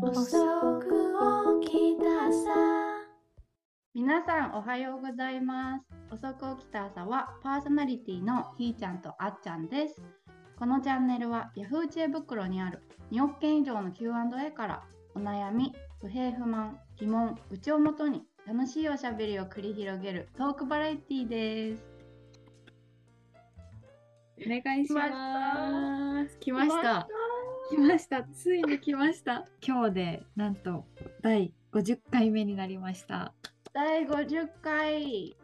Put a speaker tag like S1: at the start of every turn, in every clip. S1: 遅く起きたさ
S2: 皆さんおはようございます遅く起きた朝はパーソナリティのひーちゃんとあっちゃんですこのチャンネルは Yahoo! 知恵袋にある2億件以上の Q&A からお悩み、不平不満、疑問、愚痴をもとに楽しいおしゃべりを繰り広げるトークバラエティです
S3: お願いします。来ました。来ました。ついに来ました。今日でなんと第50回目になりました。
S2: 第50回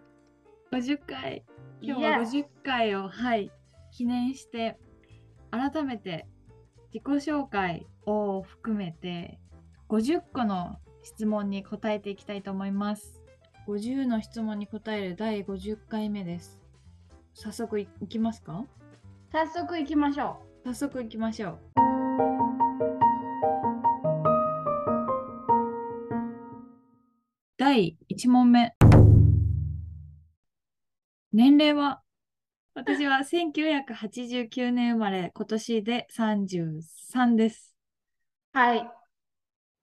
S3: 50回。今日は
S2: Yes
S3: 50回をはい記念して改めて自己紹介を含めて50個の質問に答えていきたいと思います。50の質問に答える第50回目です。早速いいきますか？
S2: 早速いきましょ
S3: 早速行きましょう。第1問目。年齢は私は1989年生まれ、今年で33です。
S2: うはい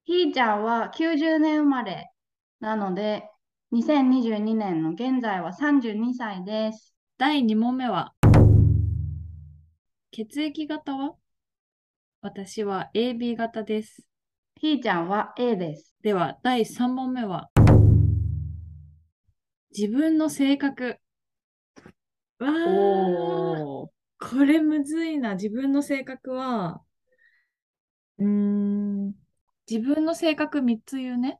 S2: ひーちゃんは90年生まれなので2022年の現在は32歳です
S3: 第2問目は血液型は私は AB 型です。
S2: ひーちゃんは A です。
S3: では、第3問目は。自分の性格。わー、
S1: お
S3: これむずいな。自分の性格は、うーん、自分の性格3つ言うね。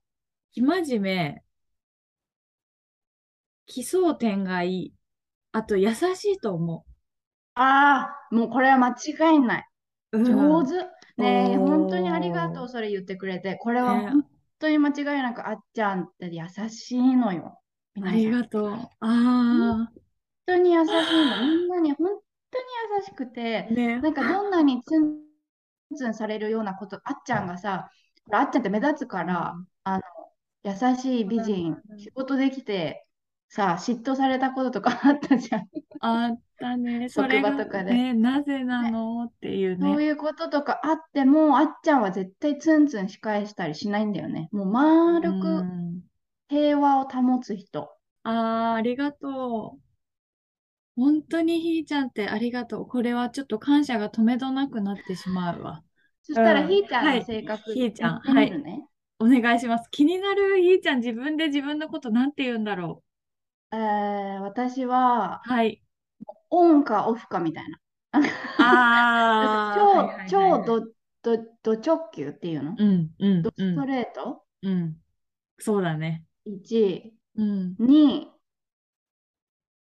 S3: 生真面目、奇想天外、あと優しいと思
S2: ああ、もうこれは間違いない。
S3: う。
S2: 上
S3: 手。
S2: 手。ねえ、
S3: おー
S2: 本当にありがとう、それ言ってくれて。これは
S3: ね
S2: 本当に間違いなく、あっちゃんって優しいのよ。
S3: あ
S2: 皆さん
S3: りがとう。あ
S2: 本当に優しいの。みんなに本当に優しくて
S3: ー、、ね
S2: なんかどんなにツンツンされるようなこと、あっちゃんがさ、ほらあっちゃんって目立つから、優しい美人、仕事できて、さ、嫉妬されたこととかあったじゃん。
S3: あったね。そ
S2: 職
S3: れ
S2: 場
S3: が
S2: とかで
S3: ね、なぜなのっていう
S2: そう
S3: ね。
S2: いうこととかあっても、あっちゃんは絶対ツンツン仕返したりしないんだよね。もう丸
S3: う
S2: く
S3: ん
S2: 平和を保つ人。
S3: あー、ありがとう。本当にひーちゃんってありがとう。これはちょっと感謝が止めどなくなってしまうわ。
S2: そしたら
S3: うん
S2: ひーちゃん
S3: は
S2: の
S3: い
S2: 性格
S3: ひーちゃん
S2: 言ってみるね。
S3: お願いします。気になるひーちゃん、自分で自分のことなんて言うんだろ
S2: えー私は
S3: う。 はい。
S2: オンかオフかみたいな。
S3: あーはいはい
S2: 超
S3: はいは
S2: 超
S3: い
S2: どどど直球っていうの。
S3: うんうん
S2: ド
S3: う
S2: スト
S3: ん
S2: レート
S3: うん。そうだね。
S2: 1、
S3: うん。
S2: 2、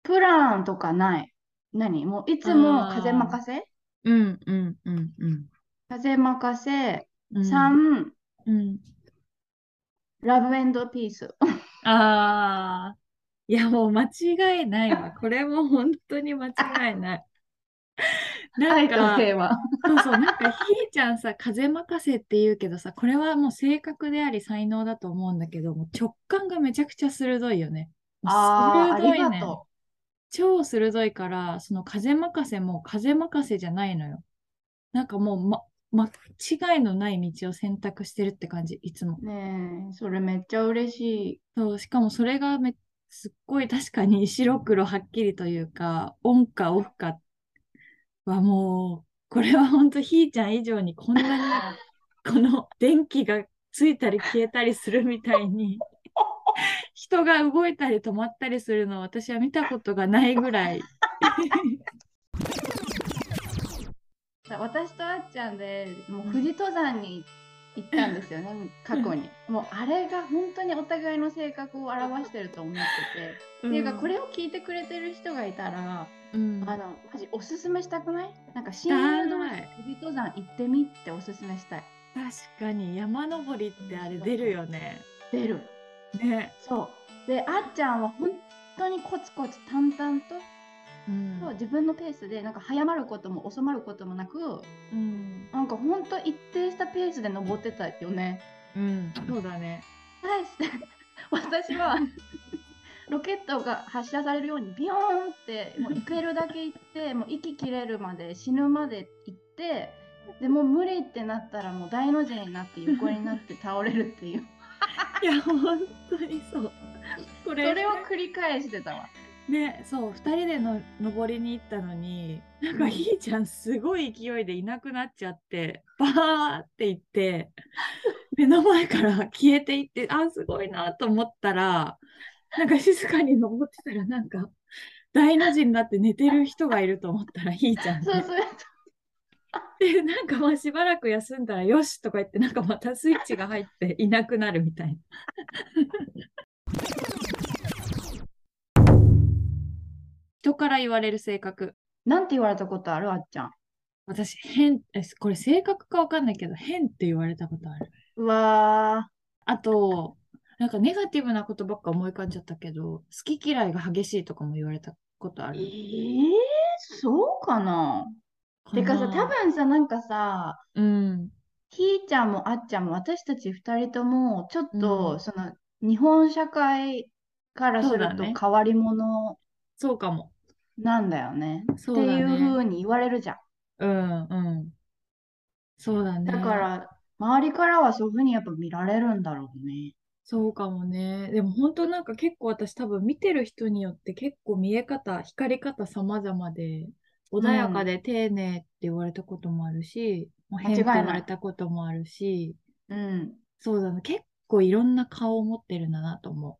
S2: プランとかない。何もういつも風任せ
S3: うんうんうんうん
S2: 風任せ。
S3: うん。
S2: 3、
S3: うん。
S2: ラブエンドピース。
S3: ああ、いやもう間違いない わ。これも本当に間違いない。な
S2: 愛
S3: ん
S2: と
S3: か、
S2: 平和。
S3: そうそう、なんかひーちゃんさ、風任せって言うけどさ、これはもう性格であり才能だと思うんだけど、もう直感がめちゃくちゃ鋭いよね。もう
S2: ああ、あ
S3: 鋭
S2: り
S3: い
S2: が
S3: ね。
S2: と
S3: 超鋭いから、その風任せも風任せじゃないのよ。なんかもう、ま、間違いのない道を選択してるって感じ、いつも。
S2: う。ねえ、それめっちゃ嬉しい。
S3: そう、しかもそれがめ、すっごい確かに白黒はっきりというか、オンかオフかはもう、これは本当ひーちゃん以上にこんな に、この電気がついたり消えたりするみたいに、人が動いたり止まったりするのを私は見たことがないぐらい。
S2: さ私とあっちゃんでもう富士登山に行ったんですよね、過去に。もうあれが本当にお互いの性格を表してると思ってて。っていうか、これを聞いてくれてる人がいたら、
S3: うん、
S2: あの、マジおすすめしたくないなんか親友同
S3: し
S2: 士
S3: たい
S2: で富士登山行ってみっておすすめしたい。
S3: 確かに山登りってあれ出るよね。
S2: 出る。
S3: ね。
S2: そう。で、あっちゃんは本当にコツコツ淡々と
S3: うん
S2: そう自分のペースでなんか早まることも遅まることもなく
S3: うん。
S2: なんかほんと一定したペースで登ってたよね。
S3: うん。そうだね。
S2: 対して 私はロケットが発射されるようにビヨーン ってもう行けるだけ行ってもう息切れるまで死ぬまで行ってでもう無理ってなったらもう大の字になって横になって倒れるっていう
S3: いや本当にそうこ
S2: それを繰り返してたわ
S3: ねそう2人での登りに行ったのになんかひーちゃんすごい勢いでいなくなっちゃってバーって行って目の前から消えていってあすごいなと思ったらなんか静かに登ってたらなんか大の字になって寝てる人がいると思ったらひーちゃん
S2: そ
S3: で
S2: うそう
S3: でなんかまあしばらく休んだらよしとか言ってなんかまたスイッチが入っていなくなるみたいな。 人から言われる性格
S2: なんて言われたことあるあっちゃん
S3: 私変えこれ性格かわかんないけど変って言われたことある
S2: うわ
S3: あとなんかネガティブなことばっか思い浮かんじゃったけど好き嫌いが激しいとかも言われたことあ
S2: ーえ
S3: る
S2: ー、そうかなてかさ
S3: な
S2: 多分さなんかさ
S3: うん
S2: ひーちゃんもあっちゃんも私たち2人ともちょっと、
S3: うん
S2: その日本社会からす
S3: そう
S2: る
S3: だ
S2: と
S3: ね
S2: 変わり者
S3: そうかも
S2: なんだよね
S3: そ
S2: って
S3: うだ
S2: いう
S3: ね
S2: 風に言われるじゃん
S3: うんうんそうだね
S2: だから周りからはそういう風にやっぱ見られるんだろうね
S3: そうかもね。でも本当なんか結構私多分見てる人によって結構見え方、光り方様々で、穏やかで丁寧って言われたこともあるし、もう変って
S2: 間違いない
S3: 言われたこともあるし、
S2: うん
S3: そうだな、結構いろんな顔を持ってるんだなと思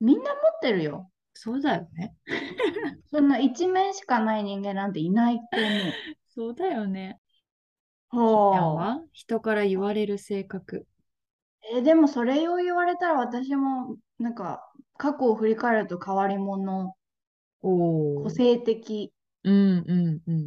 S2: みんな持ってるよ
S3: う。そうだよね。
S2: そんな一面しかない人間なんていないってね
S3: そうだよね。
S2: ほ
S3: ひーちゃんは人から言われる性格。
S2: えーでもそれを言われたら私もなんか過去を振り返ると変わり者
S3: お
S2: 個
S3: お。
S2: 性的
S3: うんうんうん。
S2: っ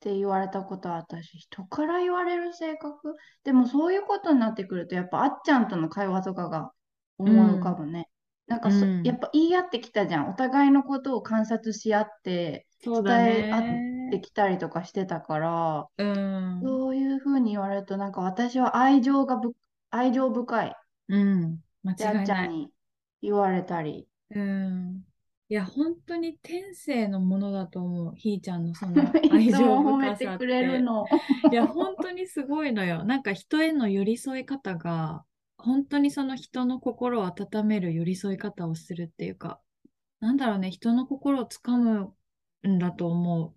S2: て言われたことは私人から言われる性格でもそういうことになってくるとやっぱあっちゃんとの会話とかが思い浮かぶね、なんか
S3: う
S2: そ
S3: ん
S2: やっぱ言い合ってきたじゃんお互いのことを観察し合って
S3: そうだ
S2: 伝え合っで
S3: ね。
S2: きたりとかしてたから
S3: うん。
S2: そういうふうに言われるとなんか私は愛情がぶ愛情深いっ
S3: うん。間
S2: てあ
S3: 違
S2: っ
S3: い
S2: ちゃ
S3: ない
S2: ん。に言われたり
S3: うん。いや、本当に天性のものだと思う。ひーちゃんのその愛
S2: いつ
S3: 情
S2: も褒め
S3: 深
S2: て
S3: さっ
S2: くれる
S3: て。
S2: の。
S3: いや、本当にすごいのよ。なんか人への寄り添い方が、本当にその人の心を温める寄り添い方をするっていうか、なんだろうね、人の心をつかむんだと思う。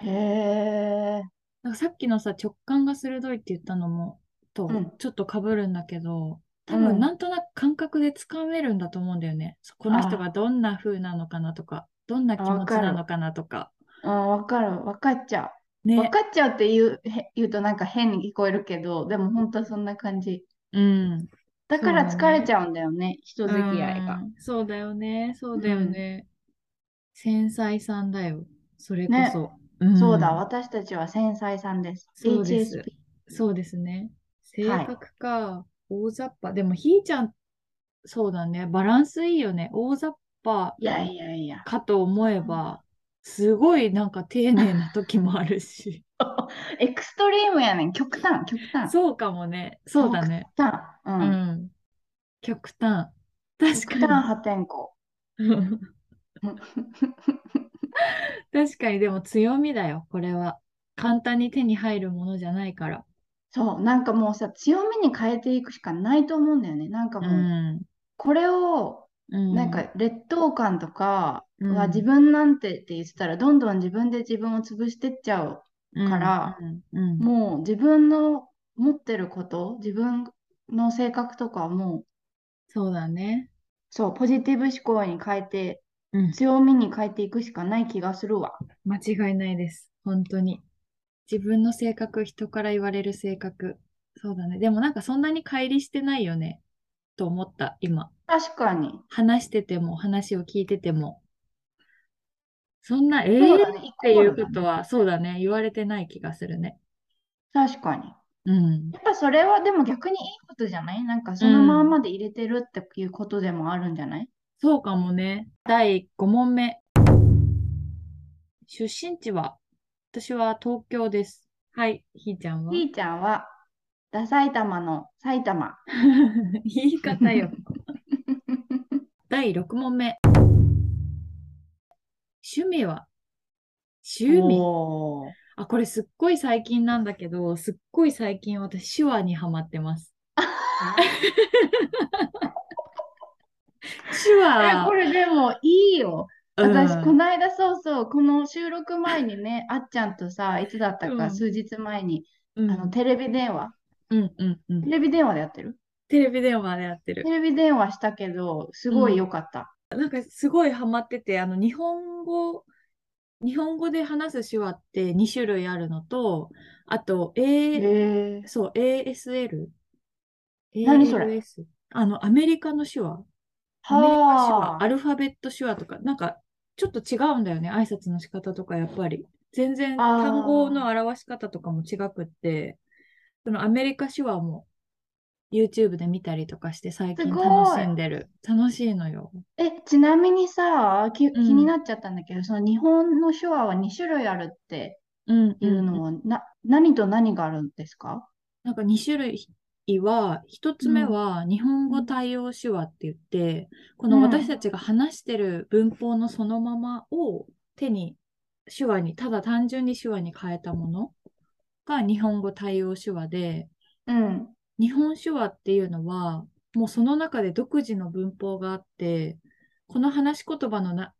S2: へえ。
S3: なんかさっきのさ、直感が鋭いって言ったのも、と
S2: うん
S3: ちょっと被るんだけど、多
S2: う
S3: 分
S2: ん
S3: なんとなく感覚でつかめるんだと思うんだよね。そこの人がどんな風なのかなとか、どんな気
S2: あ
S3: 持
S2: わ
S3: ち
S2: かる
S3: なのかなとか。
S2: うん、わかる。わかっちゃう。わ
S3: ね。
S2: かっちゃうって言う、へ言うとなんか変に聞こえるけど、でも本当そんな感じ。
S3: うん。
S2: だから
S3: そう
S2: 疲
S3: だね
S2: れちゃうんだよね、人付き合いが
S3: う。んそうだよね。そうだよね。繊細さんだよ。それこそ。ん
S2: そうだ、私たちは繊細さんです。
S3: そうです
S2: HSP。
S3: そうですね。性
S2: はい
S3: 格か、大雑把。でも、ひーちゃん、そうだね。バランスいいよね。大雑把
S2: いやいやいや。
S3: かと思えば、すごいなんか丁寧な時もあるし。
S2: エクストリームやねん。極端、極端。
S3: そうかもね。そうだね。
S2: 極端。う。
S3: うんん。極端。確
S2: 極
S3: かに。
S2: 端破天荒。
S3: うん 確かに、でも強みだよ、これは。簡単に手に入るものじゃないから。
S2: そう、なんかもうさ、強みに変えていくしかないと思うんだよね。なんか
S3: う
S2: もう、
S3: ん。
S2: これを、
S3: うん
S2: なんか劣等感とか
S3: うん
S2: は自分なんてって言ってたらどんどん自分で自分を潰してっちゃうから、
S3: うんうんうん
S2: もう自分の持ってること自分の性格とかはもう
S3: そうだね。
S2: そうポジティブ思考に変えて
S3: うん
S2: 強みに変えていくしかない気がするわ。
S3: 間違いないです。本当に。自分の性格、人から言われる性格。そうだね。でもなんかそんなに乖離してないよね。と思った、今。
S2: 確かに。
S3: 話してても、話を聞いてても。そんな、え
S2: そ
S3: ー
S2: うだね、イ
S3: って
S2: コ
S3: い
S2: ー
S3: う
S2: ル
S3: こ
S2: だね
S3: とは、そうだね。言われてない気がするね。
S2: 確かに。
S3: うん。
S2: やっぱそれはでも逆にいいことじゃないなんかそのまんまで入れてるっていうことでもあるんじゃない
S3: そうかもね。第5問目。出身地は私は東京です。はい、ひーちゃんは
S2: ひーちゃんは、ダ埼玉の埼玉。
S3: 言い方よ。第6問目。趣味は趣味
S2: おー
S3: あ、これすっごい最近なんだけど、すっごい最近私手話にハマってます。手
S2: え こ
S3: 話、
S2: れでもいいよ。私、
S3: うん
S2: この間、そうそう、この収録前にね、あっちゃんとさ、いつだった
S3: う
S2: か、
S3: ん
S2: 数日前に、
S3: うん
S2: あの、テレビ電話。
S3: うんうんうん
S2: テレビ電話でやってる
S3: テレビ電話でやってる
S2: テ。レビ電話したけど、すごい良かった。
S3: なんかすごいハマってて、あの日本語、日本語で話す手話って2種類あるのと、あと、A、
S2: へえ。
S3: そう、ASL。
S2: 何それ
S3: ALS あの、アメリカの手話。アメリカ手
S2: は
S3: 話、
S2: あ。
S3: アルファベット手話とか、なんかちょっと違うんだよね、挨拶の仕方とか、やっぱり。全然
S2: あー
S3: 単語の表し方とかも違くって、そのアメリカ手話も YouTube で見たりとかして、最近
S2: すごい
S3: 楽しんでる。楽しいのよ。
S2: え、ちなみにさ、き、気
S3: うん
S2: になっちゃったんだけど、その日本の手話は2種類あるって
S3: うん、
S2: いううんのは、な、何と何があるんですか
S3: なんか2種類は、1つ目は日本語対応手話って言って、こ
S2: う
S3: の
S2: ん
S3: 私たちが話してる文法のそのままを手に、手話に、ただ単純に手話に変えたものが日本語対応手話で、
S2: うん。
S3: 日本手話っていうのは、もうその中で独自の文法があって、この話し言葉のな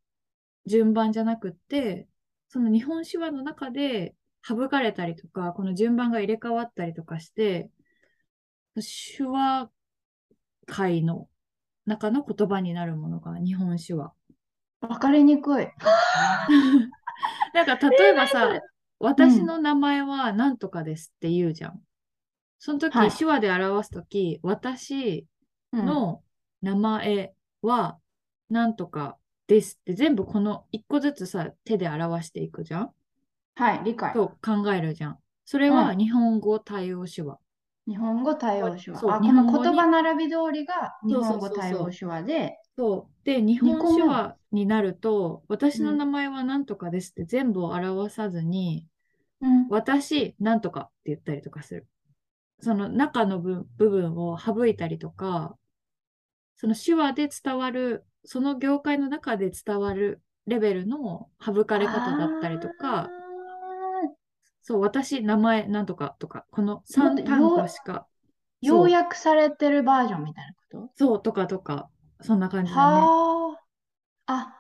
S3: 順番じゃなくって、その日本手話の中で省かれたりとか、この順番が入れ替わったりとかして、手話界の中の言葉になるものが日本手話。
S2: わかりにくい。
S3: なんか例えばさ、私
S2: うん
S3: の名前は何とかですって言うじゃん。その時、
S2: はい
S3: 手話で表す時、私、
S2: うん。
S3: の名前はなんとかですって全部この一個ずつさ手で表していくじゃん
S2: はい、理解。
S3: と考えるじゃん。それは
S2: う
S3: 日本語対応手話。
S2: 日本語対応手話。
S3: そう
S2: あ、
S3: 日
S2: こ
S3: 本
S2: の
S3: 語に
S2: 言葉並び通りが日
S3: そうそう
S2: 本語対応手話で、
S3: そうで日
S2: 個
S3: 本手
S2: 目
S3: 話になると私の
S2: うん
S3: 名前はなんとかですって全部を表さずに、
S2: うん。
S3: 私なんとかって言ったりとかする。その中の部部分を省いたりとか、その手話で伝わる、その業界の中で伝わるレベルの省かれ方だったりとか、そう、私、名前なんとかとか、この
S2: もっと
S3: 3単
S2: よ
S3: 語
S2: う
S3: しか、
S2: 要約されてるバージョンみたいなこと
S3: そうとかとか、そんな感じだね。
S2: はあ。あ、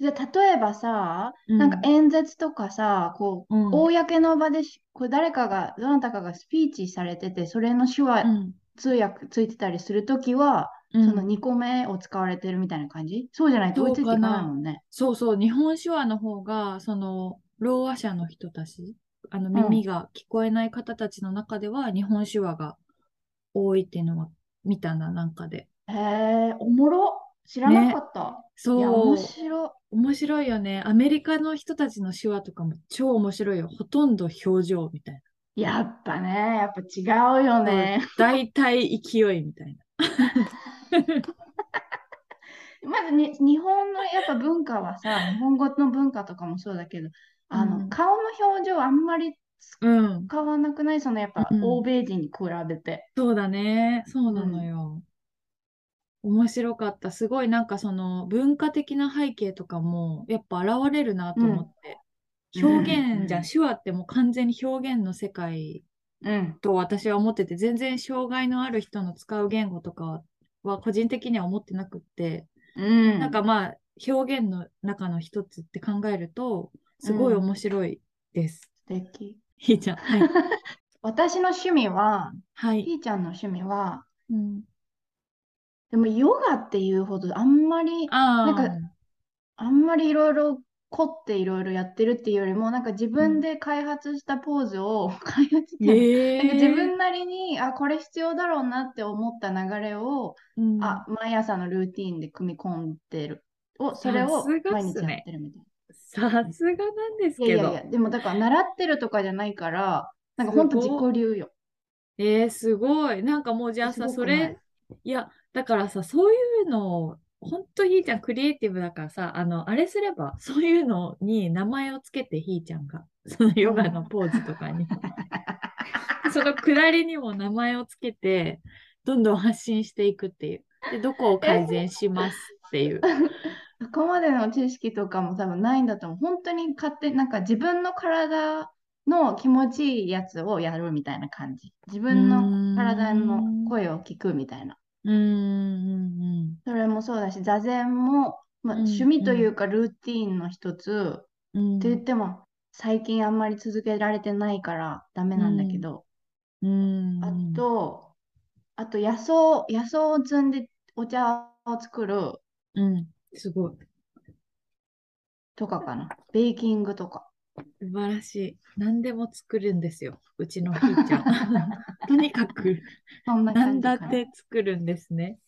S2: じゃあ例えばさ、
S3: うん
S2: なんか演説とかさ、こう、
S3: うん
S2: 公の場でしこう誰かが、どなたかがスピーチされてて、それの手話
S3: うん
S2: 通訳ついてたりするときは、
S3: うん
S2: その2個目を使われてるみたいな感じそうじゃないと追いついていかないもんね。
S3: そうそう、日本手話の方が、その、ろうあ者の人たち、あの、
S2: ん
S3: 耳が聞こえない方たちの中では、日本手話が多いっていうのは見たな、なんかで。
S2: へえ、おもろ。知らなかった。いや、
S3: そ
S2: 面
S3: う、
S2: 白い。
S3: 面白いよね。アメリカの人たちの手話とかも超面白いよ。ほとんど表情みたい
S2: やっぱね、やっぱ違うよ
S3: な。
S2: ね。
S3: だいたい勢いみたいな。
S2: まずに日本のやっぱ文化はさ、日本語の文化とかもそうだけど、あの、
S3: うん
S2: 顔の表情あんまり
S3: うん、
S2: 使わなくないそのやっぱ
S3: うん
S2: 欧米人に比べて。
S3: そうだね。そうなのよ。面白かった。すごいなんかその文化的な背景とかもやっぱ現れるなと思って。
S2: うん
S3: 表現じゃ
S2: うん
S3: ん。手話ってもう完全に表現の世界
S2: うん。
S3: と私は思ってて、全然障害のある人の使う言語とかは個人的には思ってなくって、
S2: うん。
S3: なんかまあ表現の中の一つって考えると、すごい面白いです。
S2: 素敵。
S3: ひーちゃん。はい。
S2: 私の趣味は、
S3: はい。
S2: ひーちゃんの趣味は、
S3: うん、
S2: でもヨガっていうほどあんまり、
S3: ああ。
S2: なんあんまりいろいろ凝っていろいろやってるっていうよりも、なんか自分で開発したポーズを開発っていうの
S3: え
S2: なんか自分なりに、あ、これ必要だろうなって思った流れを、
S3: うん
S2: あ、毎朝のルーティンで組み込んでる。を、それ
S3: さ
S2: を
S3: すが
S2: 毎
S3: っ
S2: 日
S3: す
S2: や
S3: ね
S2: ってるみたいな。
S3: さすがなんです
S2: い
S3: け
S2: やいやい
S3: ど。
S2: や、でもだから習ってるとかじゃないから、なんかほんと
S3: す
S2: 自
S3: ご
S2: 己流よ。
S3: えー、すごい。なんかもうじゃあさ、
S2: す
S3: そ
S2: ごくない
S3: れ、いや、だからさ、そういうのを、ほんとひーちゃんクリエイティブだからさ、あの、あれすれば、そういうのに名前をつけてひーちゃんが、 そのヨガのポーズとか に、そのくだりにも名前をつけて、どんどん発信していくっていう。で、どこを改善しますって いう。
S2: そこまでの知識とかも多分ないんだと思う。本当に勝手になんか自分の体の気持ちいいやつをやるみたいな感じ。自分の体
S3: うーん
S2: の声を聞くみたいな。
S3: うんうん
S2: それもそうだし、座禅も、まあ、
S3: うん
S2: 趣味というかルーティーンの一つ。
S3: うんうん
S2: って言っても、最近あんまり続けられてないからダメなんだけど。
S3: うん
S2: あと、あと野草、野草を摘んでお茶を作る
S3: うんすごい
S2: とかかな。ベーキングとか。
S3: 素晴らしい何でも作るんですようちのひー ちゃんとにかく
S2: そんな
S3: な
S2: 感
S3: ん
S2: じ
S3: だ
S2: か
S3: っ
S2: な。
S3: て作るんですね。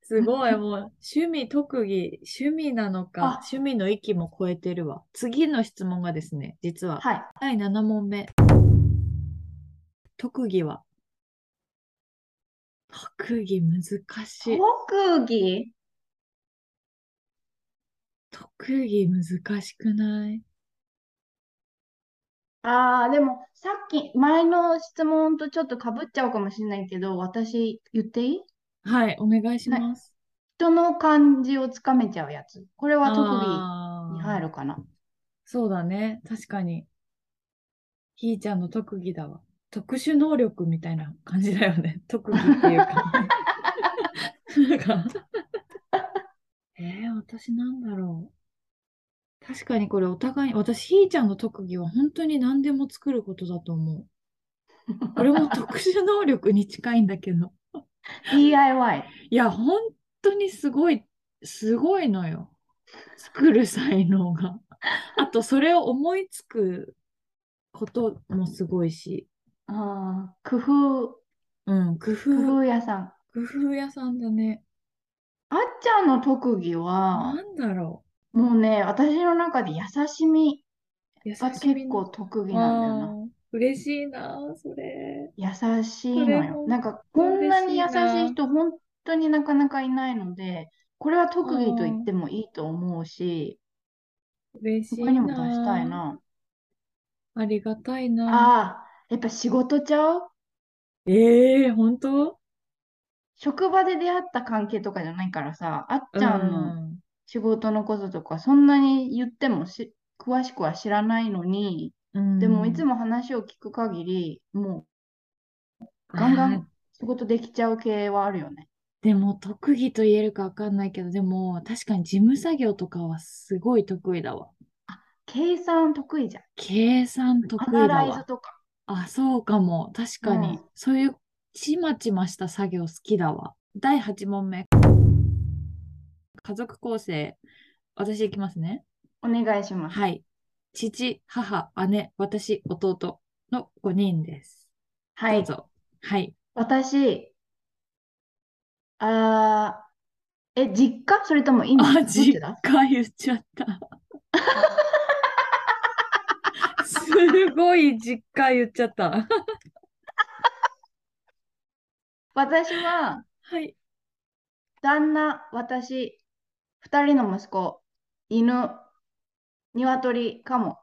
S3: すごい、もう趣味、特技、趣味なの
S2: あ
S3: か、趣味の域も超えてるわ。次の質問がですね、実は、
S2: はい。
S3: 第7問目。特技は特技難しい。
S2: 特技
S3: 特技難しくない
S2: ああ、でもさっき前の質問とちょっとかぶっちゃうかもしれないけど、私言っていい
S3: はい、お願いします。
S2: 人の感じをつかめちゃうやつ。これは特技に
S3: あー
S2: 入るかな。
S3: そうだね、確かに。ひーちゃんの特技だわ。特殊能力みたいな感じだよね。特技っていうか、ね。なんかえー、私なんだろう。確かにこれお互いに、私、ひーちゃんの特技は本当に何でも作ることだと思う。これも特殊能力に近いんだけど。
S2: DIY。
S3: いや、本当にすごい、すごいのよ。作る才能 が。あと、それを思いつくこともすごいし、
S2: あー工夫、
S3: うん、工
S2: 工
S3: 夫、
S2: 夫屋さん。
S3: 工夫屋さんだね。
S2: あっちゃんの特技は
S3: な、んだろ
S2: もうね、私の中で優しみ
S3: う。優
S2: が
S3: しみ
S2: 結
S3: の
S2: 構特技なんだよな。
S3: あー嬉しいな、それ。
S2: 優しい
S3: それ
S2: のよ。
S3: も
S2: なんか、こんなに優し
S3: 嬉しいない
S2: 人、本当になかなかいないので、これは特技と言ってもいいと思うし、
S3: 嬉しい
S2: 他にも出したい。な。
S3: ありがたいな。
S2: ああ、やっぱ仕事ちゃう
S3: ええー、本当
S2: 職場で出会った関係とかじゃないからさ、あっちゃんの
S3: うん
S2: 仕事のこととか、そんなに言ってもし詳しくは知らないのに、
S3: うん
S2: でもいつも話を聞く限り、もうガンガ
S3: あー
S2: ン仕事できちゃう系はあるよね。
S3: でも特技と言えるかわかんないけど、でも確かに事務作業とかはすごい得意だわ。
S2: 計算得意じゃん。
S3: 計算得
S2: ア
S3: 意
S2: ナ
S3: だ
S2: ライズ
S3: わ。
S2: とか。
S3: あ、そうかも。確かに。
S2: う
S3: そういうちまちました作業好きだわ。第8問目。家族構成。私いきますね。
S2: お願いします。
S3: はい。父、母、姉、私、弟の5人です。
S2: は
S3: どう
S2: い。
S3: ぞ。はい。
S2: 私、あー、え、実家それとも今ど
S3: あ、
S2: っち
S3: 実
S2: だ
S3: 家言っちゃった。すごい実家言っちゃった。
S2: 私は、
S3: はい。
S2: 旦那、私、二人の息子、犬、鶏、カモ。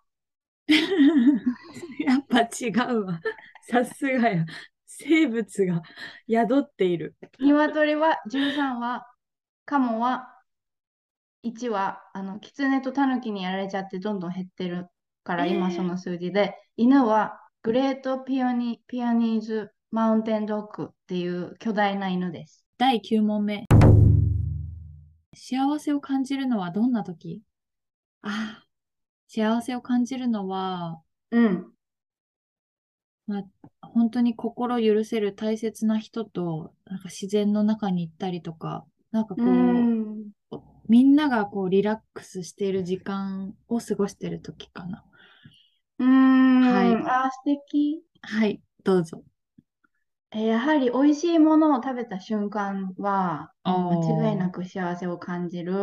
S3: やっぱ違うわ。さすがや。生物が宿っている。
S2: 鶏は13羽、カモは1羽、あの、狐とタヌキにやられちゃってどんどん減ってるから、
S3: えー
S2: 今その数字で、犬はグレートピオニ、ピアニーズ・マウンテンドッグっていう巨大な犬です。
S3: 第9問目。幸せを感じるのはどんな時ああ、幸せを感じるのは、
S2: うん。
S3: 本当に心許せる大切な人と、なんか自然の中に行ったりとか、なんかこう、
S2: うん。
S3: みんながこうリラックスしている時間を過ごしている時かな。
S2: うーん。
S3: はい
S2: あー、素敵。
S3: はい、どうぞ。
S2: えーやはり美味しいものを食べた瞬間は、
S3: あー
S2: 間違いなく幸せを感じる。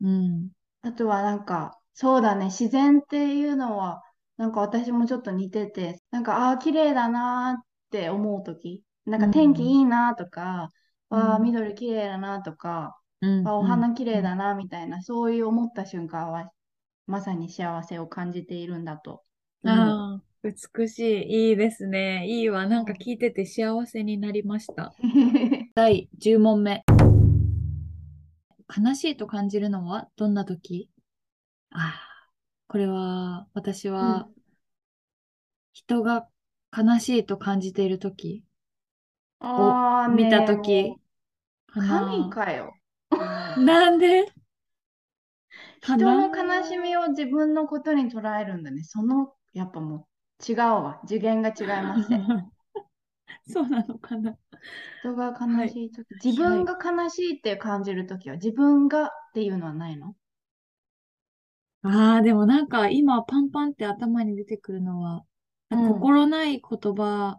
S3: うん。
S2: あとはなんか、そうだね、自然っていうのは、なんか私もちょっと似てて、なんか、ああー、綺麗だなーって思うとき、なんか
S3: うん
S2: 天気いいなーとか、
S3: うん
S2: わあ、緑綺麗だなーとか、
S3: うん、
S2: わあ、お花綺麗だなーみたいな、そういう思った瞬間は、まさに幸せを感じているんだと
S3: うん。
S2: 思う。
S3: ああ、美しい。いいですね。いいわ。なんか聞いてて幸せになりました。第10問目。悲しいと感じるのはどんな時ああ、これは私は人が悲しいと感じている時
S2: あー
S3: 見た
S2: ねえ
S3: 時かな
S2: 神かよ。
S3: なんでか
S2: 人
S3: な
S2: の悲しみを自分のことに捉えるんだね。その、やっぱもう違うわ。次元が違い ますね。
S3: そうなのかな
S2: 人が悲しい時、自分が悲しいって感じる時は、自分がっていうのはないの
S3: ああ、でもなんか今パンパンって頭に出てくるのは、
S2: うん
S3: 心ない言葉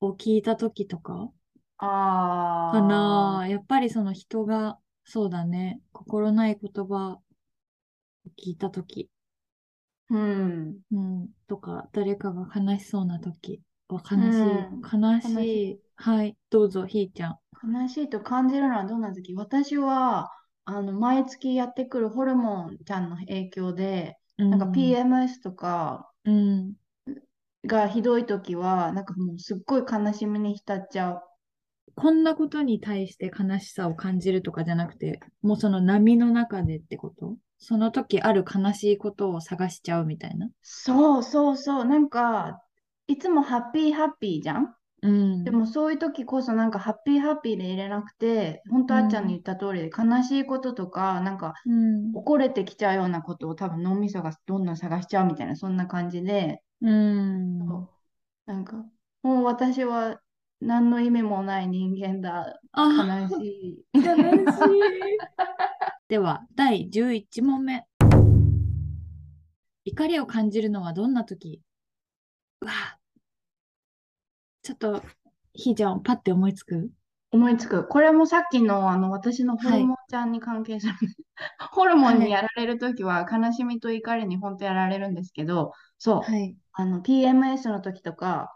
S3: を聞いた時とか
S2: あ
S3: かな。やっぱりその人が、そうだね、心ない言葉を聞いた時、
S2: あ。うん。
S3: うん、とか、誰かが悲しそうな時は悲
S2: うん
S3: しい、悲しい。はい、どうぞ、ひーちゃん。
S2: 悲しいと感じるのはどんな時私は、あの、毎月やってくるホルモンちゃんの影響で、なんか
S3: うん、
S2: PMS とか
S3: うん、
S2: がひどい時は、なんかもうすっごい悲しみに浸っちゃう。
S3: こんなことに対して悲しさを感じるとかじゃなくて、もうその波の中でってことその時ある悲しいことを探しちゃうみたいな。
S2: そうそうそう。なんか、いつもハッピーハッピーじゃん
S3: うん。
S2: でもそういう時こそなんかハッピーハッピーでいれなくて、本当
S3: うん
S2: あっちゃんの言った通りで悲しいこととか、なんか
S3: うん。
S2: 怒れてきちゃうようなことを多分脳みそがどんどん探しちゃうみたいな、そんな感じで、
S3: うん。
S2: なんか、もう私は何の意味もない人間だ、
S3: あ、
S2: 悲しい。
S3: 悲しい。 では、第11問目。怒りを感じるのはどんな時うわちょっと、ひーちゃん、パッて思いつく
S2: 思いつく。これもさっきの、あの私のホルモンちゃんに関係する、ホルモンにやられるときは悲しみと怒りに本当やられるんですけど、そう、
S3: はい。
S2: あの PMS の時とか、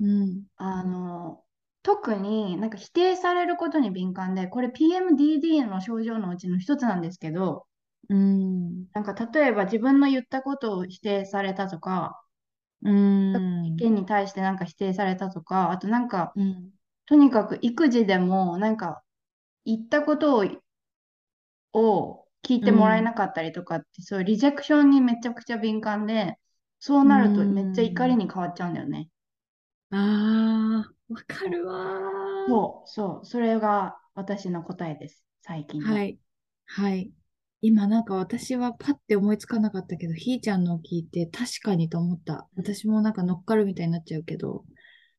S3: うん。
S2: あの特になんか否定されることに敏感で、これ PMDD の症状のうちの一つなんですけど、
S3: うん。
S2: なんか例えば自分の言ったことを否定されたとか、
S3: うん。
S2: 意見に対してなんか否定されたとか、あとなんか
S3: うん。
S2: とにかく育児でもなんか言ったことをを聞いてもらえなかったりとかって、そういうリジェクションにめちゃくちゃ敏感でそうなるとめっちゃ怒りに変わっちゃうんだよね。
S3: ああ、わかるわー。
S2: そうそうそれが私の答えです最近の。
S3: はい。はい。今なんか私はパッて思いつかなかったけど、ひーちゃんのを聞いて確かにと思った。私もなんか乗っかるみたいになっちゃうけど、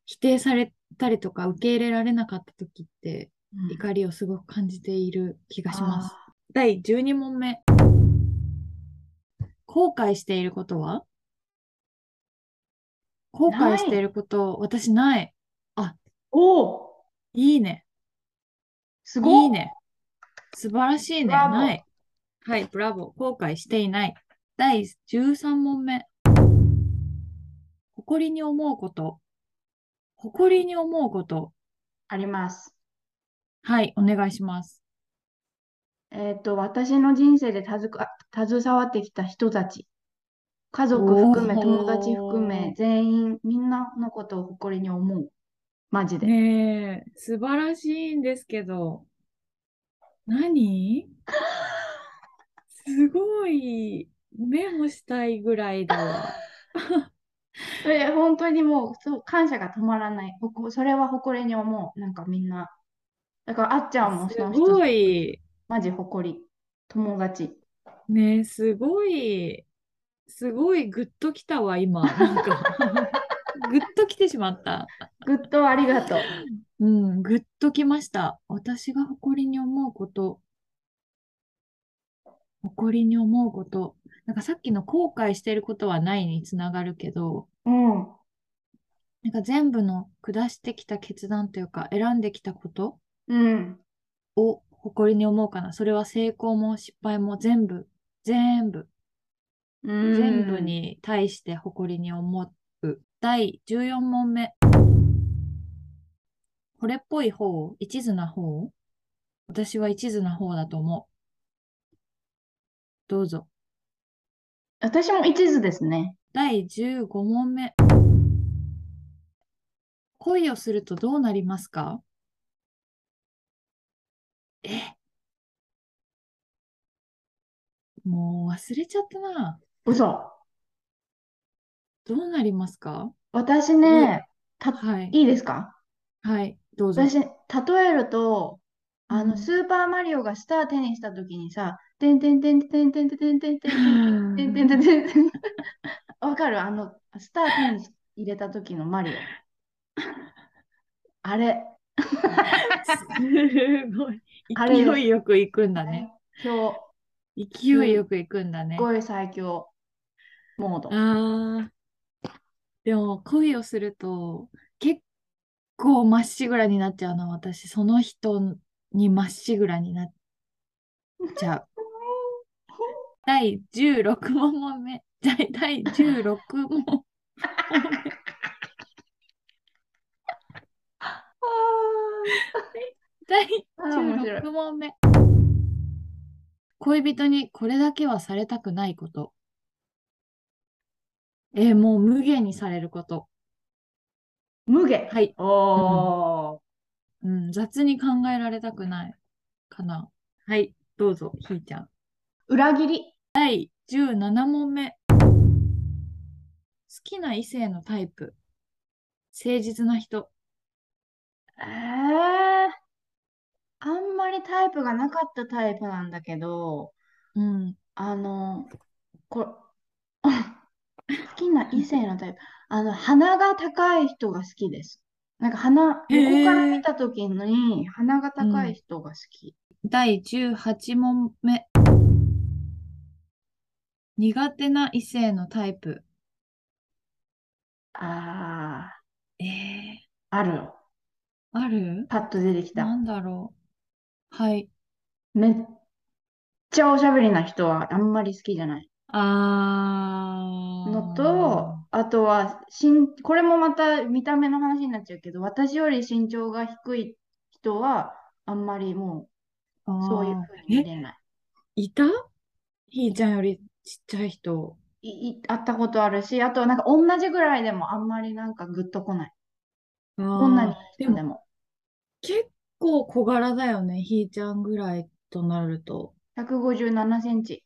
S3: 否定されたりとか受け入れられなかった時って
S2: うん
S3: 怒りをすごく感じている気がします。
S2: あ
S3: 第12問目。後悔していることは後
S2: な
S3: 悔
S2: い
S3: していること、私ない。
S2: ーおお
S3: いいね。
S2: すごっ
S3: いいね。素晴らしいね。
S2: ブラボー
S3: ない。はい、ブラボー。後悔していない。第13問目。誇りに思うこと。誇りに思うこと。
S2: あります。
S3: はい、お願いします。
S2: えっと私の人生で携わ携わってきた人たち家族含め
S3: おー
S2: 友達含め全員みんなのことを誇りに思うマジで。
S3: ねえ、素晴らしいんですけど。 何すごい。メモしたいぐらいだわ。
S2: え、本当にもう、そう、感謝が止まらない。ほこ、それは誇りに思う。なんかみんな。だから、あっちゃんも
S3: す
S2: その人、
S3: ごい。
S2: マジ誇り。友達。
S3: ねえ、すごい、すごいグッときたわ、今。なんか グッときてしまった。
S2: グッドありがと
S3: う
S2: う。
S3: ん、グッときました。私が誇りに思うこと。誇りに思うこと。なんかさっきの後悔してることはないにつながるけど、
S2: うん。
S3: なんか全部の下してきた決断というか、選んできたこと
S2: うん。
S3: を誇りに思うかな。それは成功も失敗も全部、全部。
S2: うん。
S3: 全部に対して誇りに思う。第14問目。これっぽい方、一途な方私は一途な方だと思う。どうぞ。
S2: 私も一途ですね。
S3: 第15問目。恋をするとどうなりますかえもう忘れちゃったな。
S2: 嘘。
S3: どうなりますか
S2: 私ね、た
S3: はい。
S2: いいですか
S3: はい。どうぞ。
S2: 私、例えると、あ
S3: う
S2: の、
S3: ん
S2: スーパーマリオがスター手にしたときにさ、てんてんてんてんてんてんてんてんてんてんてんてんてんてんてんてんわかるあの、スター手に入れた時のマリオ。あれ、
S3: すごい。
S2: あれ
S3: 勢いよく行くんだね。
S2: 今日、
S3: 勢いよく行くんだね
S2: す。ごい最強モード。
S3: ああ。でも恋をすると結構まっしぐらになっちゃうの私その人にまっしぐらになっち ゃう。第16問目第第16問 第
S2: あー面白い
S3: 16問目恋人にこれだけはされたくないことえーもう無限にされること、
S2: 無限。
S3: はい
S2: おー。
S3: うん、雑に考えられたくないかなはいどうぞひーちゃん
S2: 裏切り。
S3: 第17問目好きな異性のタイプ誠実な人
S2: えー、あんまりタイプがなかったタイプなんだけど、
S3: うん
S2: あの、こ、 好きな異性のタイプ。あの、鼻が高い人が好きです。なんか鼻、
S3: へー
S2: 横から見た時に鼻が高い人が好き。
S3: 第18問目苦手な異性のタイプ
S2: あ
S3: えー、
S2: あ、あるよ。
S3: ある
S2: パッと出てき
S3: な
S2: た。
S3: んだろうはい
S2: めっちゃおしゃべりな人はあんまり好きじゃない。
S3: あー
S2: のと、あとはしん、これもまた見た目の話になっちゃうけど、私より身長が低い人はあんまりも
S3: あ
S2: う
S3: ー
S2: そういう風に見れない。
S3: いたひーちゃんよりちっちゃい人
S2: いい会ったことあるし、あとはなんか同じぐらいでもあんまりなんかグッとこない。
S3: あ
S2: どんなに
S3: ー
S2: 低くても。
S3: 結構小柄だよねひーちゃんぐらいとなると
S2: 157センチ。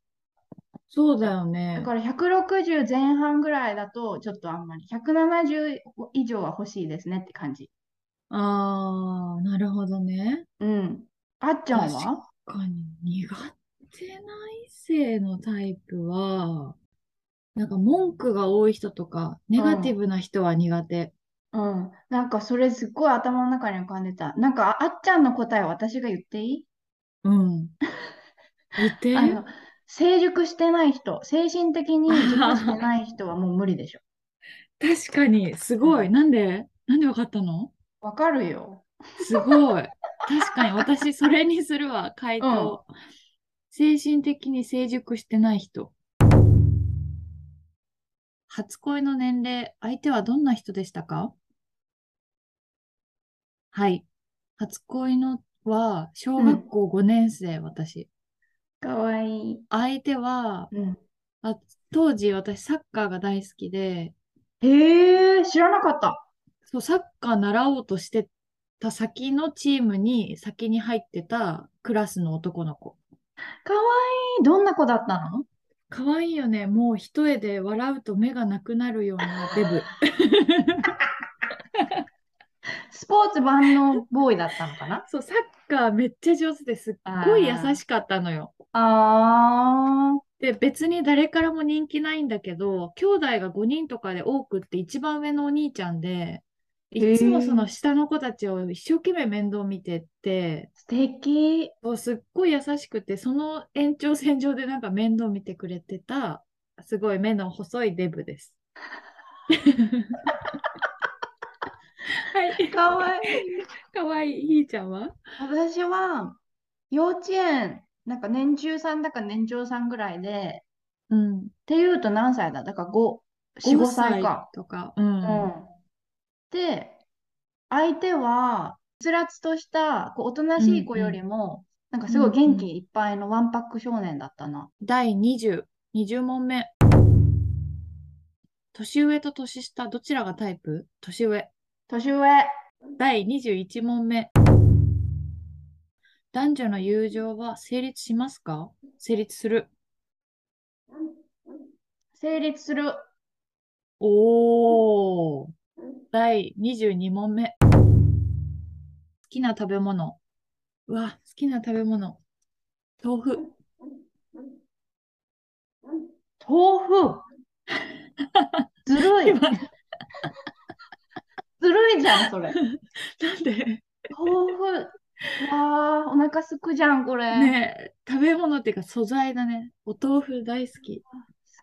S3: そうだよ
S2: だ
S3: ね
S2: から160前半ぐらいだとちょっとあんまり。170以上は欲しいですねって感じ。
S3: あーなるほどね
S2: うん。あっちゃん
S3: 確
S2: は
S3: 確かに苦手な異性のタイプはなんか文句が多い人とかネガティブな人は苦手、
S2: うん。なんかそれすっごい頭の中に浮かんでた。なんかああっちゃんの答え私が言っていい
S3: うん。言って。
S2: あの、成熟してない人、精神的に熟してない人はもう無理でしょ。
S3: 確かに、すごい。なんでなんでわかったの
S2: わかるよ。
S3: すごい。確かに、私、それにするわ、回答。精神的に成熟してない人。初恋の年齢、相手はどんな人でしたかはい。初恋のは、小学校5年生、私。
S2: かわいい。
S3: 相手は、
S2: うん。
S3: あ当時私、サッカーが大好きで、
S2: へえ、知らなかった。
S3: そう、サッカー習おうとしてた先のチームに先に入ってたクラスの男の子。
S2: かわいい。どんな子だったの
S3: かわいいよね。もう一重で笑うと目がなくなるようなデブ。
S2: スポーツ万能ボーイだったのかな
S3: そう、サッカーめっちゃ上手ですっごい優しかったのよ。
S2: あ
S3: で、別に誰からも人気ないんだけど、兄弟が5人とかで多くって一番上のお兄ちゃんで、
S2: へえ
S3: いつもその下の子たちを一生懸命面倒見てって、
S2: ー、素敵。
S3: そうすっごい優しくて、その延長線上でなんか面倒見てくれてた、すごい目の細いデブです。はい、
S2: かわいい。
S3: かわいい、ひーちゃんは
S2: 私は、幼稚園、なんか年中さんだか年長さんぐらいで、
S3: うん。
S2: っていうと何歳だだから5、4、5歳か。
S3: とか。うん。
S2: うん。で、相手は、つらつとした、こうおとなしい子よりも、なんかすごい元気いっぱいのワンパック少年だったな。
S3: 第20、20問目。年上と年下、どちらがタイプ年上。
S2: 年上。
S3: 第21問目。男女の友情は成立しますか成立する。
S2: 成立する。
S3: おお。第22問目。好きな食べ物。うわ、好きな食べ物。豆腐。
S2: 豆腐ずるい
S3: 今、な
S2: ずるいじゃん、それ。
S3: んで
S2: 豆腐。ああ、お腹すくじゃん、これ。
S3: ねえ食べ物っていうか素材だね。お豆腐大好き。
S2: 好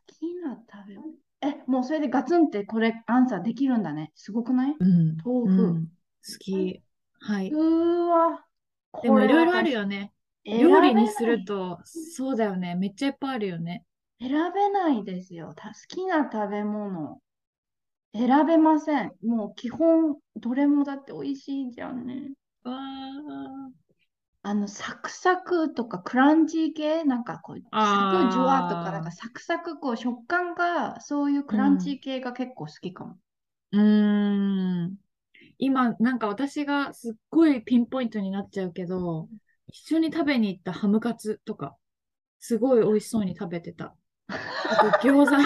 S2: きな食べ物。え、もうそれでガツンってこれアンサーできるんだね。すごくない
S3: うん。
S2: 豆
S3: う
S2: 腐。
S3: ん、好き。はい。
S2: うーわ。
S3: でもいろいろある
S2: よ。
S3: よね。
S2: 選べ
S3: 料理に
S2: ない
S3: すると、そうだよね。めっちゃいっぱいあるよね。
S2: 選べないですよ。た好きな食べ物。選べません。もう基本、どれもだって美味しいじゃんね。
S3: わー
S2: あの、サクサクとかクランチー系、なんかこう、サ
S3: あー
S2: クジュワとか、なんかサクサク、こう、食感が、そういうクランチー系が結構好きかも。
S3: うーん。今、なんか私がすっごいピンポイントになっちゃうけど、一緒に食べに行ったハムカツとか、すごい美味しそうに食べてた。あと 餃子。あ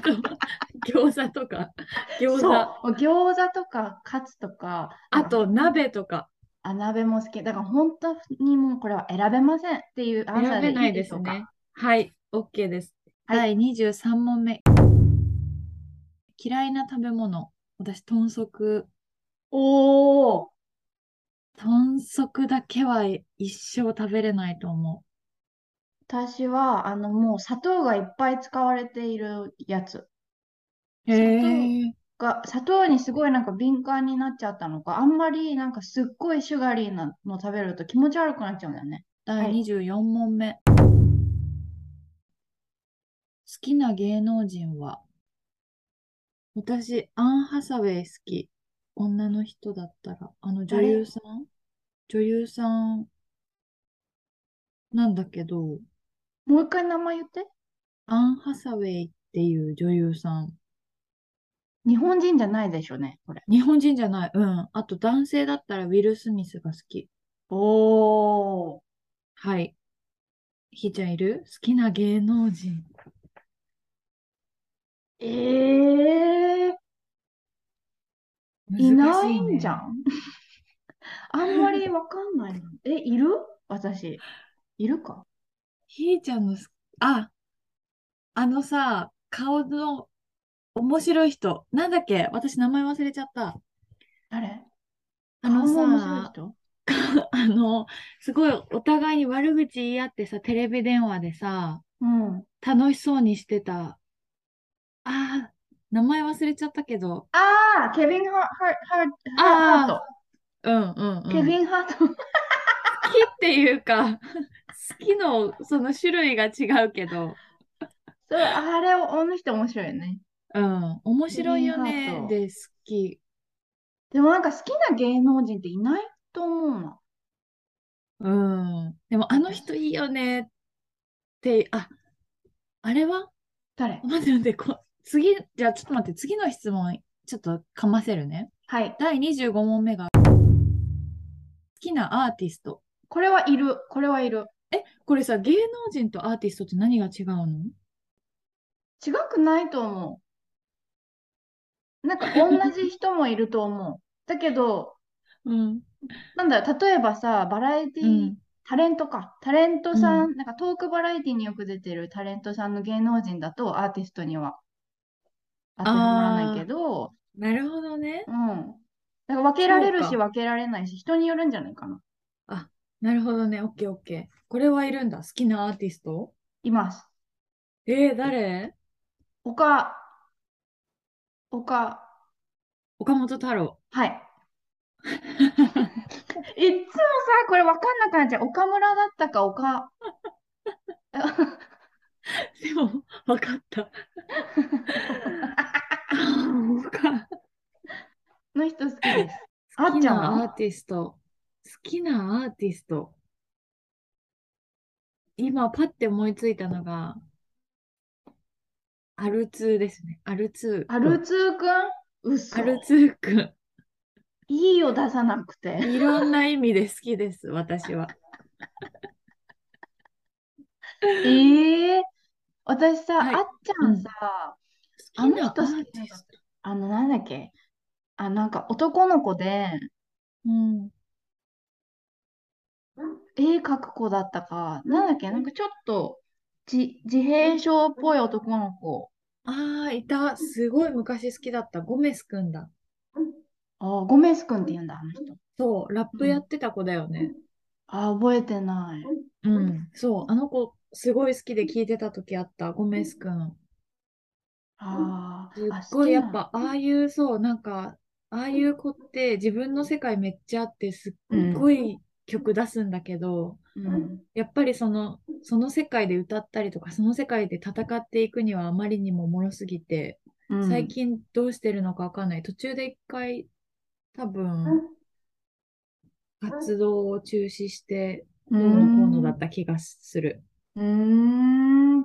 S3: と餃子とか、餃
S2: そう
S3: 子。、
S2: 餃子とかカツとか、
S3: あと鍋とか。
S2: あ、鍋も好き。だから本当にもうこれは選べませんっていうアンサー
S3: 選
S2: で
S3: べ
S2: いい
S3: ない
S2: で
S3: で
S2: し
S3: す
S2: ょうか。
S3: ね。はい、OK です。
S2: は
S3: 第23問目。嫌いな食べ物。私、豚足。
S2: おお、
S3: 豚足だけは一生食べれないと思
S2: 私はあのもう砂糖がいっぱい使われているやつ
S3: う。
S2: へー
S3: 砂
S2: が、砂糖にすごいなんか敏感になっちゃったのか、あんまりなんかすっごいシュガリーなの食べると気持ち悪くなっちゃうんだよね。
S3: 糖
S2: は
S3: 第
S2: い
S3: 24問目。好きな芸能人は私、アン・ハサウェイ好き。女の人だったら。あの女
S2: 誰
S3: 優さん女優さんなんだけど、
S2: もう一回名前言って。
S3: アン・ハサウェイっていう女優さん。
S2: 日本人じゃないでしょうね、これ。
S3: 日本人じゃない。うん。あと男性だったらウィル・スミスが好き。
S2: おお。
S3: はい。ひーちゃんいる好きな芸能人。
S2: ええい
S3: 難
S2: な
S3: し
S2: いんじ
S3: ね。
S2: ゃん。 あんまりわかんないな。え、いる私。いるか
S3: ひーちゃんのす、あ、あのさ、顔の面白い人。なんだっけ私名前忘れちゃった。
S2: 誰
S3: あの
S2: 顔も面白い
S3: さ、
S2: 人
S3: あの、すごいお互いに悪口言い合ってさ、テレビ電話でさ、
S2: うん。
S3: 楽しそうにしてた。ああ、名前忘れちゃったけど。
S2: ああ、ケビン・ハハハハー
S3: うんうんう
S2: ト。
S3: ん。
S2: ケビ
S3: 好き
S2: ン・ハート。
S3: っていうか、好きのその種類が違うけど、
S2: それ、あれ、あの人面白いよね。
S3: うん、面白いよ
S2: ケビンハ
S3: ね。
S2: ート
S3: で、好き。
S2: でもなんか好きな芸能人っていないと思うな。
S3: うん。でも、あの人いいよねって、あ、あれは
S2: 誰
S3: 待って待って、こ、次、じゃあちょっと待って、次の質問、ちょっとかませるね。
S2: はい。
S3: 第25問目が、好きなアーティスト。
S2: これはいる。これはいる。
S3: これさ、芸能人とアーティストって何が違うの
S2: 違くないと思う。なんか同じ人もいると 思う。だけど、
S3: うん。
S2: なんだろう、例えばさ、バラエティ
S3: う
S2: ー、
S3: ん。
S2: タレントか。タレントさん、
S3: う
S2: なんかトークバラエティによく出てるタレントさんの芸能人だとアーティストには当てはまらないけど、
S3: なるほどね。
S2: うん。だから分けられる
S3: そう
S2: し
S3: か
S2: 分けられないし、人によるんじゃないかな。
S3: なるほどね。オッケーオッケー。これはいるんだ。好きなアーティスト
S2: います。
S3: えー、誰
S2: 他、他、
S3: 岡本太郎。
S2: はい。 いっつもさ、これ分かんなくなっちゃう。岡村だったか、岡。
S3: でも、わか った。岡
S2: の人好きです。あ
S3: 好
S2: っ
S3: き
S2: ちゃん
S3: なアー
S2: は
S3: ティスト。好きなアーティスト。今、パッて思いついたのが、アルツーですね。アルツー。
S2: アルツーくん嘘
S3: アルツーく
S2: いいよ、出さなくて。
S3: ん。いろんな意味で好きです、私は。
S2: ええ私さ、
S3: はい
S2: あっちゃんさ、あの人好きなんだあの、なんだっけあ、なんか男の子で、
S3: うん。
S2: 絵描く子だったか、なんだっけ、なんかちょっと自、自閉症っぽい男の子。
S3: ああ、いた。すごい昔好きだった。ゴメスくんだ。
S2: ああ、ゴメス君って言うんだ、あの人。
S3: そう、ラップやってた子だよね。
S2: ああ、覚えてない。
S3: うん。そう、あの子、すごい好きで聞いてた時あった。ゴメスくん。
S2: あ
S3: すっ
S2: あ、あ、好
S3: ごい
S2: き
S3: や
S2: な
S3: っぱ、ああいう、そう、なんか、ああいう子って自分の世界めっちゃあって、すっごい曲出すんだけど、
S2: うん。
S3: やっぱりその、その世界で歌ったりとか、その世界で戦っていくにはあまりにも脆すぎて、
S2: うん
S3: 最近どうしてるのかわかんない。途中で一回、多分、活動を中止して、
S2: う
S3: どうのこうのだ
S2: ー
S3: った気がする。
S2: ん。うーん。
S3: うん。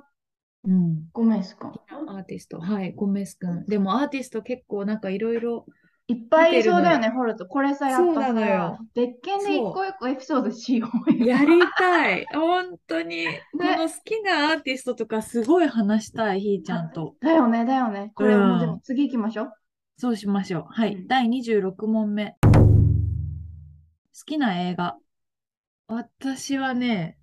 S2: ゴメス君。
S3: アーティスト。はい、ゴメス君。でもアーティスト結構なんかいろいろ、
S2: いっぱいいそうだよ
S3: 見
S2: ね、フォルト。これさ、やっ
S3: そうな
S2: ぱ
S3: のよ
S2: さ、別件で一個一個エピソードしようよ。
S3: やりたい。 本当に。この好きなアーティストとかすごい話したい、ひーちゃんと。
S2: だよね、だよね。これ
S3: うん
S2: もうでも次行きましょう。
S3: そうしましょう。はい。
S2: うん
S3: 第26問目。好きな映画。私はね、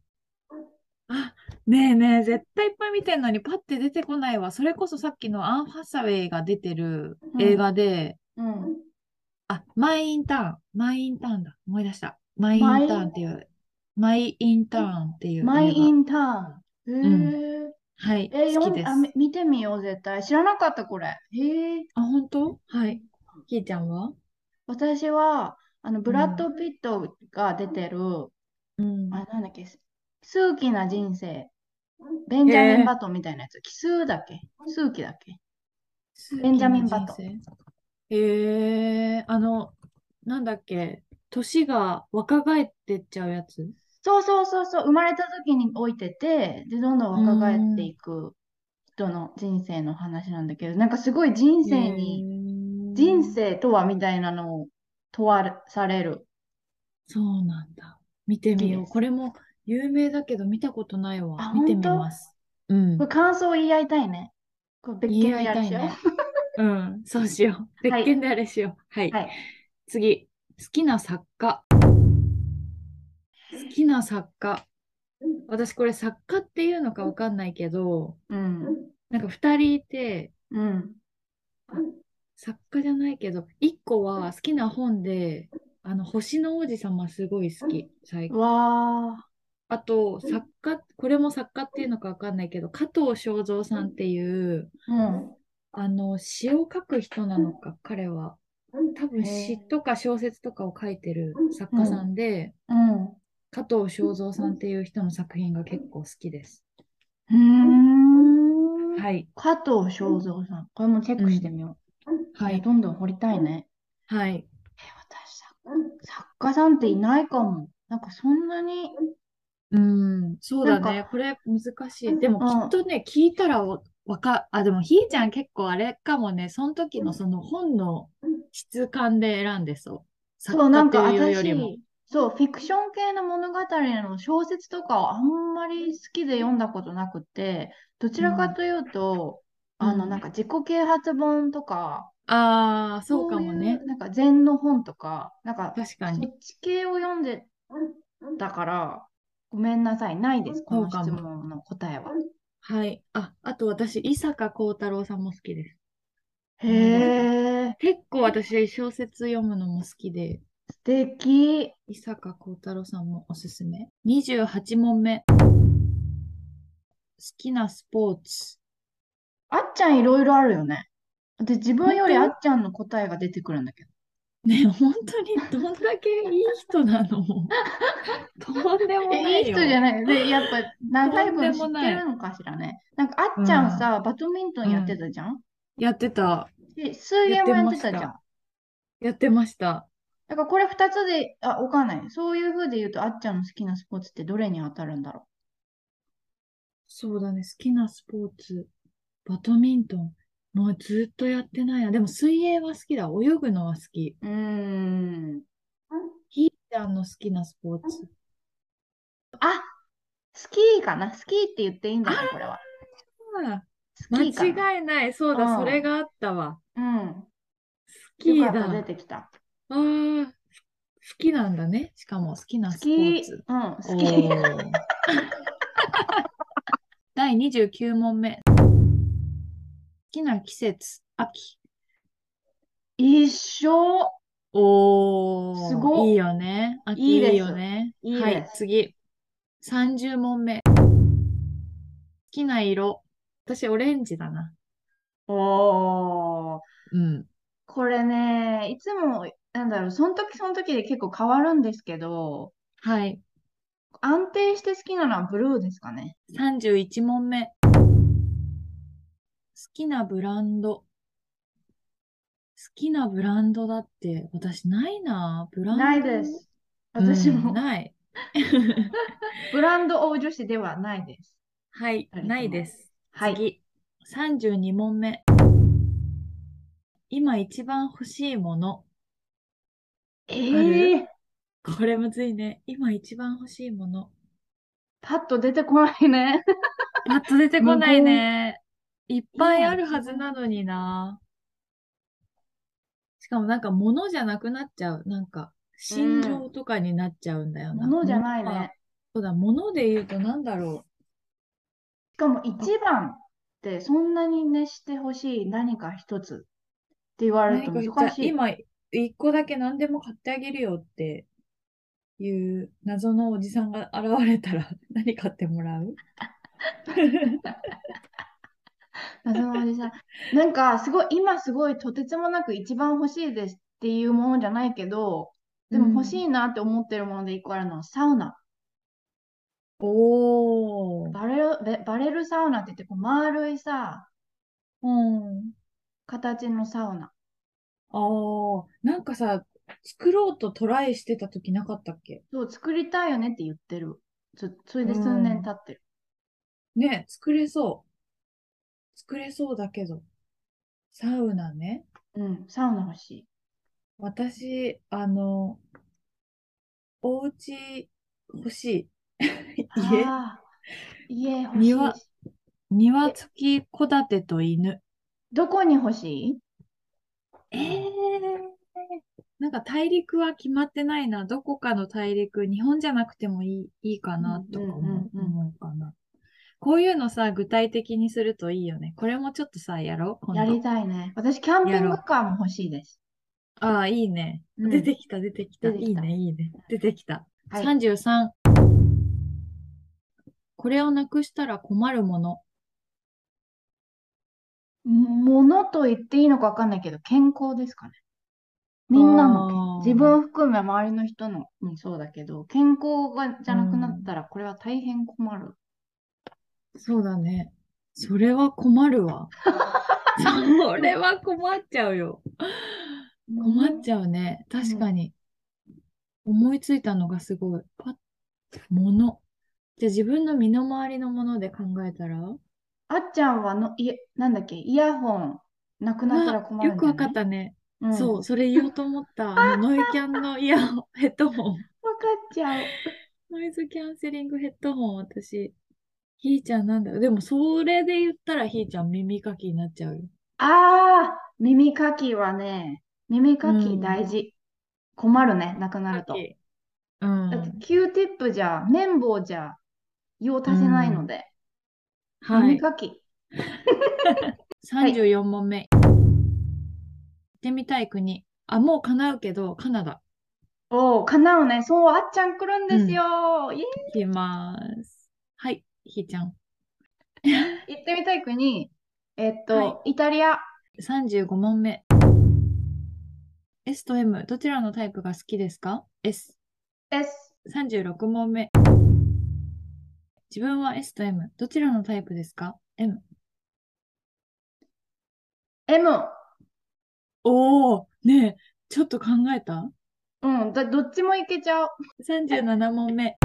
S3: あ、ねえねえ、絶対いっぱい見てんのにパッて出てこないわ。それこそさっきのアン・ハサウェイが出てる
S2: うん
S3: 映画で、
S2: うん。
S3: あ、マイ・インターン。マイ・インターンだ。思い出した。マイ・インタ
S2: マイ
S3: ーンっていう、マイ・インターンっていう映画。
S2: マイ・インターン。へえ。
S3: はい、
S2: えー、
S3: 好
S2: 読
S3: き
S2: ん
S3: です。
S2: あ、み見てみよう、絶対。知らなかった、これ。へえ。
S3: あ、本当はい。ひーちゃんは
S2: 私は、あの、ブラッド・ピットが出てる、
S3: うん
S2: あ、なんだっけ、数奇な人生。ベンジャミン・バトンみたいなやつ。奇数だっけ数奇だっけベンジャミンバトン
S3: ン。へえあの、なんだっけ、年が若返ってっちゃうやつ。
S2: そうそうそうそう、生まれた時に老いてて、で、どんどん若返っていく人の人生の話なんだけど、なんかすごい人生に、
S3: に
S2: 人。生とはみたいなのを問わされる。
S3: そうなんだ。見てみよう。
S2: 好きです
S3: これも有名だけど見たことないわ。
S2: あ
S3: 見てみます。うん
S2: これ。感想を言い合いたいね。これ別
S3: 言い
S2: 件
S3: 合
S2: で
S3: い
S2: やる
S3: た
S2: で
S3: い
S2: しょ。
S3: ね。うん、そうしよう。
S2: はい
S3: 別件であれしよう。はい。
S2: はい。
S3: 次。好きな作家。好きな作家。私これ作家っていうのかわかんないけど、
S2: うん。
S3: なんか二人いて、
S2: うん。
S3: 作家じゃないけど、一個は好きな本で、あの、星の王子様すごい好き、最
S2: う
S3: 近。
S2: わ
S3: あと、作家、これも作家っていうのかわかんないけど、加藤正造さんっていう、
S2: ー。うん。
S3: あの、詩を書く人なのか、彼は。多分詩とか小説とかを書いてる作家さんで、
S2: うん。
S3: 加藤正造さんっていう人の作品が結構好きです。
S2: うーん。
S3: はい。
S2: 加藤正造さん。これもチェックしてみよう。
S3: はい
S2: や
S3: い。
S2: どんどん掘りたいね。
S3: はい。
S2: え、私さ、作家さんっていないかも。なんかそんなに。
S3: うん、そうだ
S2: なん
S3: ね。これ難しい。でも
S2: うん
S3: きっとね、聞いたらわわか、あ、でもひーちゃん結構あれかもね、その時のその本の質感で選んでそう。作
S2: そ
S3: 家
S2: う、なん
S3: って
S2: か
S3: いう
S2: 私、
S3: よりも。
S2: そう、フィクション系の物語の小説とかをあんまり好きで読んだことなくて、どちらかというと、
S3: うん
S2: あの、
S3: うん
S2: なんか自己啓発本とか、
S3: ああ、そうかも
S2: そ
S3: ね
S2: ういう。なんか禅の本とか、なんか
S3: 確か
S2: そ
S3: に。
S2: っち系を読んでたから、ごめんなさい、ないです、この質問の答えは。
S3: はい。あ、あと私、伊坂幸太郎さんも好きです。
S2: へえ、
S3: 結構私、小説読むのも好きで、
S2: 素敵。
S3: 伊坂幸太郎さんもおすすめ。28問目。好きなスポーツ。
S2: あっちゃんいろいろあるよね。で、自分よりあ
S3: 本当
S2: っちゃんの答えが出てくるんだけど。
S3: ねえ、本当にどんだけいい人なのとんでもな
S2: え、いい
S3: い
S2: 人
S3: よ。
S2: じゃない。で、やっぱ、長い分
S3: とんで
S2: 知っ
S3: もな
S2: て
S3: い
S2: るのかしらね。なんか、あっちゃんさ、バドミントンやってたじゃん。
S3: やってた。
S2: で、水泳もやってたじ
S3: やってまし
S2: ゃん
S3: た。やってました。
S2: だから、これ二つで、あ、わかんない。そういう風で言うと、あっちゃんの好きなスポーツってどれに当たるんだろ
S3: そうだね、好きなスポーツ。バドミントン。もうずっとやってないな。でも水泳は好きだ。泳ぐのは好き。
S2: う。うーん。
S3: ひーちゃんの好きなスポーツ。
S2: あ、スキーかな。スキーって言っていいんじゃないこれは。
S3: ああ
S2: スキ
S3: 間
S2: ーかな
S3: 違いない。そうだ、
S2: うん
S3: それがあったわ。
S2: うん。
S3: スキー
S2: よか
S3: だ。
S2: った、出
S3: あ
S2: てきた。
S3: あー、好きなんだね。しかも好きな
S2: ス
S3: スポ
S2: キー
S3: ー、ツ。
S2: うん、ス
S3: お
S2: キー。
S3: ー 第29問目。好きな季節、秋。
S2: 一生。
S3: おー、
S2: すごっ
S3: いいよね。秋
S2: いいです
S3: よね。
S2: いい
S3: は
S2: で
S3: い、
S2: す
S3: 次。30問目。好きな色。私、オレンジだな。
S2: おー。
S3: うん。
S2: これね、いつも、なんだろう、その時その時で結構変わるんですけど、
S3: はい。
S2: 安定して好きなのはブルーですかね。
S3: 31問目。好きなブランド。好きなブランドだって、私ないな。ブランド。
S2: ないです。
S3: うん。
S2: 私も、
S3: ない。
S2: ブランド大女子ではないです。
S3: はい、
S2: 二人とも
S3: ないです。
S2: はい。
S3: 次、32問目。今一番欲しいもの。
S2: ええー、
S3: これむずいね。今一番欲しいもの。
S2: パッと出てこないね。
S3: パッと出てこないね。いっぱいあるはずなのにな。しかもなんか物じゃなくなっちゃう。なんか心情とかになっちゃうんだよな。
S2: ものじゃない
S3: 物は
S2: ね。。
S3: そうだ、物で言うとなんだろ
S2: しかも一番ってそんなに熱してほしい何か一つって言わ
S3: う。
S2: れると
S3: 何か
S2: 難
S3: じ
S2: し
S3: ゃあ
S2: い。
S3: 今一個だけ何でも買ってあげるよっていう謎のおじさんが現れたら何買ってもらう
S2: 謎のおじさん。なんかすごい今すごいとてつもなく一番欲しいですっていうものじゃないけど、でも欲しいなって思ってるもので一個あるのはサウナ。
S3: おー。
S2: バレル、ベバレルサウナって言ってこう丸いさ、
S3: うん。
S2: 形のサウナ。
S3: あー。なんかさ、作ろうとトライしてた時なかったっけ
S2: そう、作りたいよねって言ってる。そそれで数年経ってる。
S3: ね、作れそう。作れそうだけど。サウナね。
S2: うん、サウナ欲しい。
S3: 私、あの、お家欲しい。家、
S2: ああ、家欲しい
S3: 庭
S2: し。
S3: 庭付き戸建てと犬。
S2: どこに欲しい
S3: えー、なんか大陸は決まってないな。どこかの大陸、日本じゃなくてもいい、いいかなとかも
S2: うんうんうんうん
S3: 思うかな。こういうのさ、具体的にするといいよね。これもちょっとさ、やろう。今
S2: や
S3: 度
S2: りたいね。私、キャンピ
S3: や
S2: ン
S3: ろ
S2: グ
S3: う
S2: カーも欲しいです。
S3: ああ、いいね。
S2: うん
S3: 出てきた、出てきた。
S2: 出て
S3: い
S2: き
S3: い
S2: た
S3: ね、いいね。出てきた。
S2: はい
S3: 33。これをなくしたら困るもの。
S2: ものと言っていいのか分かんないけど、健康ですかね。みんな
S3: あ
S2: の
S3: ー
S2: け、自分含め周りの人のにそうだけど、健康がじゃなくなったら、これは大変困る。
S3: そうだね。それは困る わ。それは困っちゃうよ。困っちゃうね。確かに。思いついたのがすごい。パッ、もの。じゃあ自分の身の回りのもので考えたら
S2: あっちゃんはの、いえ、なんだっけ、イヤホンなくなったら困る
S3: よ
S2: ん
S3: く
S2: じゃ
S3: わか
S2: な
S3: っ
S2: い
S3: たね。
S2: うん
S3: そう、それ言おうと思った。あの、ノイキャンのイヤホン、 ヘッドホン。
S2: わかっちゃう。
S3: ノイズキャンセリングヘッドホン、私。ひーちゃんなんだよ。でも、それで言ったらひーちゃん耳かきになっちゃうよ。
S2: ああ、耳かきはね、耳か
S3: う
S2: き
S3: ん
S2: 大事。困るね、なくなると。
S3: う
S2: だって
S3: ん。
S2: キューティップじゃ、綿棒じゃ、用足せないので、
S3: は
S2: 耳
S3: い。
S2: かき。
S3: 34問目。行ってみたい国。あ、もう叶うけど、カナダ。
S2: おお、叶うね。そう、あっちゃん来るんですよ。イエ
S3: 行きます。はい、ひーちゃん。
S2: イ行ってみたい国。えっと、
S3: は
S2: イタリア。
S3: 35問目。S と M、どちらのタイプが好きですか ?S。
S2: です。
S3: 36問目。自分は S と M、どちらのタイプですか ?M。
S2: M。
S3: おお、ねえ、ちょっと考えた
S2: うん、だ、どっちもいけちゃう。
S3: ?37 問目。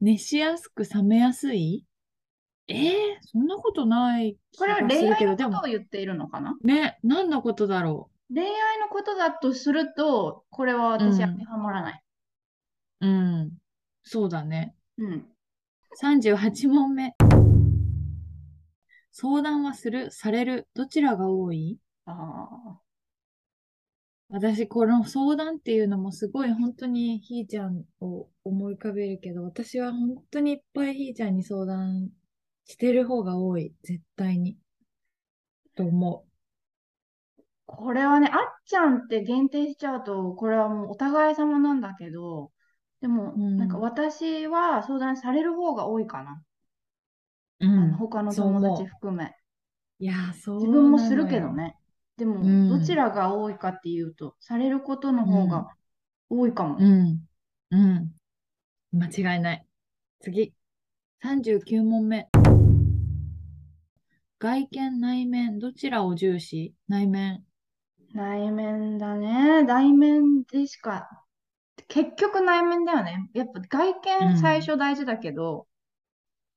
S3: 熱しやすく冷めやすいええそんなことない気
S2: これは
S3: がす
S2: 恋
S3: る
S2: 愛
S3: けど、
S2: の
S3: で
S2: こと
S3: も
S2: を、言っているのかな
S3: ね、何のことだろ
S2: 恋愛のことだとすると、これは私
S3: うん
S2: 当てはまらない。
S3: う。うん、そうだね。
S2: うん。
S3: 38問目。相談はする、される、どちらが多い
S2: あ
S3: 私、この相談っていうのもすごい本当にひーちゃんを思い浮かべるけど、私は本当にいっぱいひーちゃんに相談してる方が多い、絶対に。と思
S2: ーこれはね、あっちゃんって限定しちゃうと、これはもうお互い様なんだけど、でも、
S3: うん
S2: なんか私は相談される方が多いかな。
S3: う。う
S2: あ
S3: ん
S2: の他の
S3: そう思う
S2: 友達含め。
S3: いやー、そう
S2: 自分も
S3: な
S2: する
S3: の
S2: け
S3: よ
S2: ど。ね。で
S3: うん
S2: も、どちらが多いかっていうと、されることの方が多いかも。
S3: うん。うん。間違いない。次。39問目。外見、内面、どちらを重視内面。
S2: 内面だね。内面でしか、結局内面だよね。やっぱ外
S3: うん
S2: 見最初大事だけど、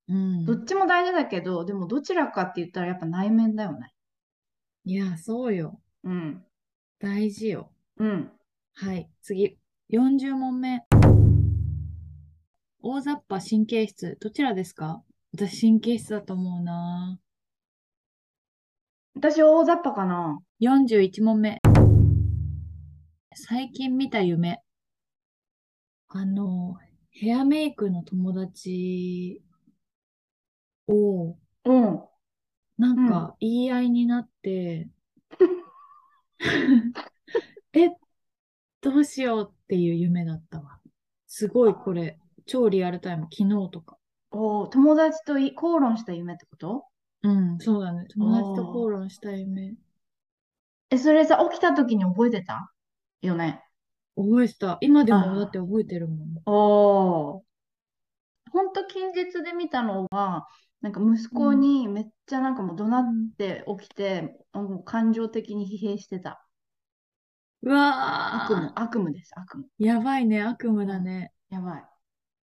S3: うん
S2: どっちも大事だけど、でもどちらかって言ったらやっぱ内面だよね。
S3: いや、そうよ。
S2: うん。
S3: 大事よ。
S2: うん。
S3: はい。次。40問目。大雑把、神経質、どちらですか私、神経質だと思うな。
S2: 私大雑把かな。
S3: 41問目。最近見た夢。あの、ヘアメイクの友達を、
S2: うん。
S3: なんか言い合いにな って、え、どうしようっていう夢だったわ。すごいこれ、超リアルタイム、昨日とか。
S2: お友達とい口論した夢ってこと
S3: うん、そうだね。友達と
S2: あー
S3: 口論した夢。
S2: え、それさ、起きた時に覚えてたよね。
S3: 覚えてた。今で
S2: あ
S3: も
S2: ー
S3: だって覚えてるもん。
S2: おー。ほんと近日で見たのは、なんか息子にめっちゃなんかもう怒鳴って起きて、もう感情的に疲弊してた。
S3: うわー
S2: 悪夢、悪夢です、悪夢。
S3: やばいね、悪夢だね。
S2: やばい。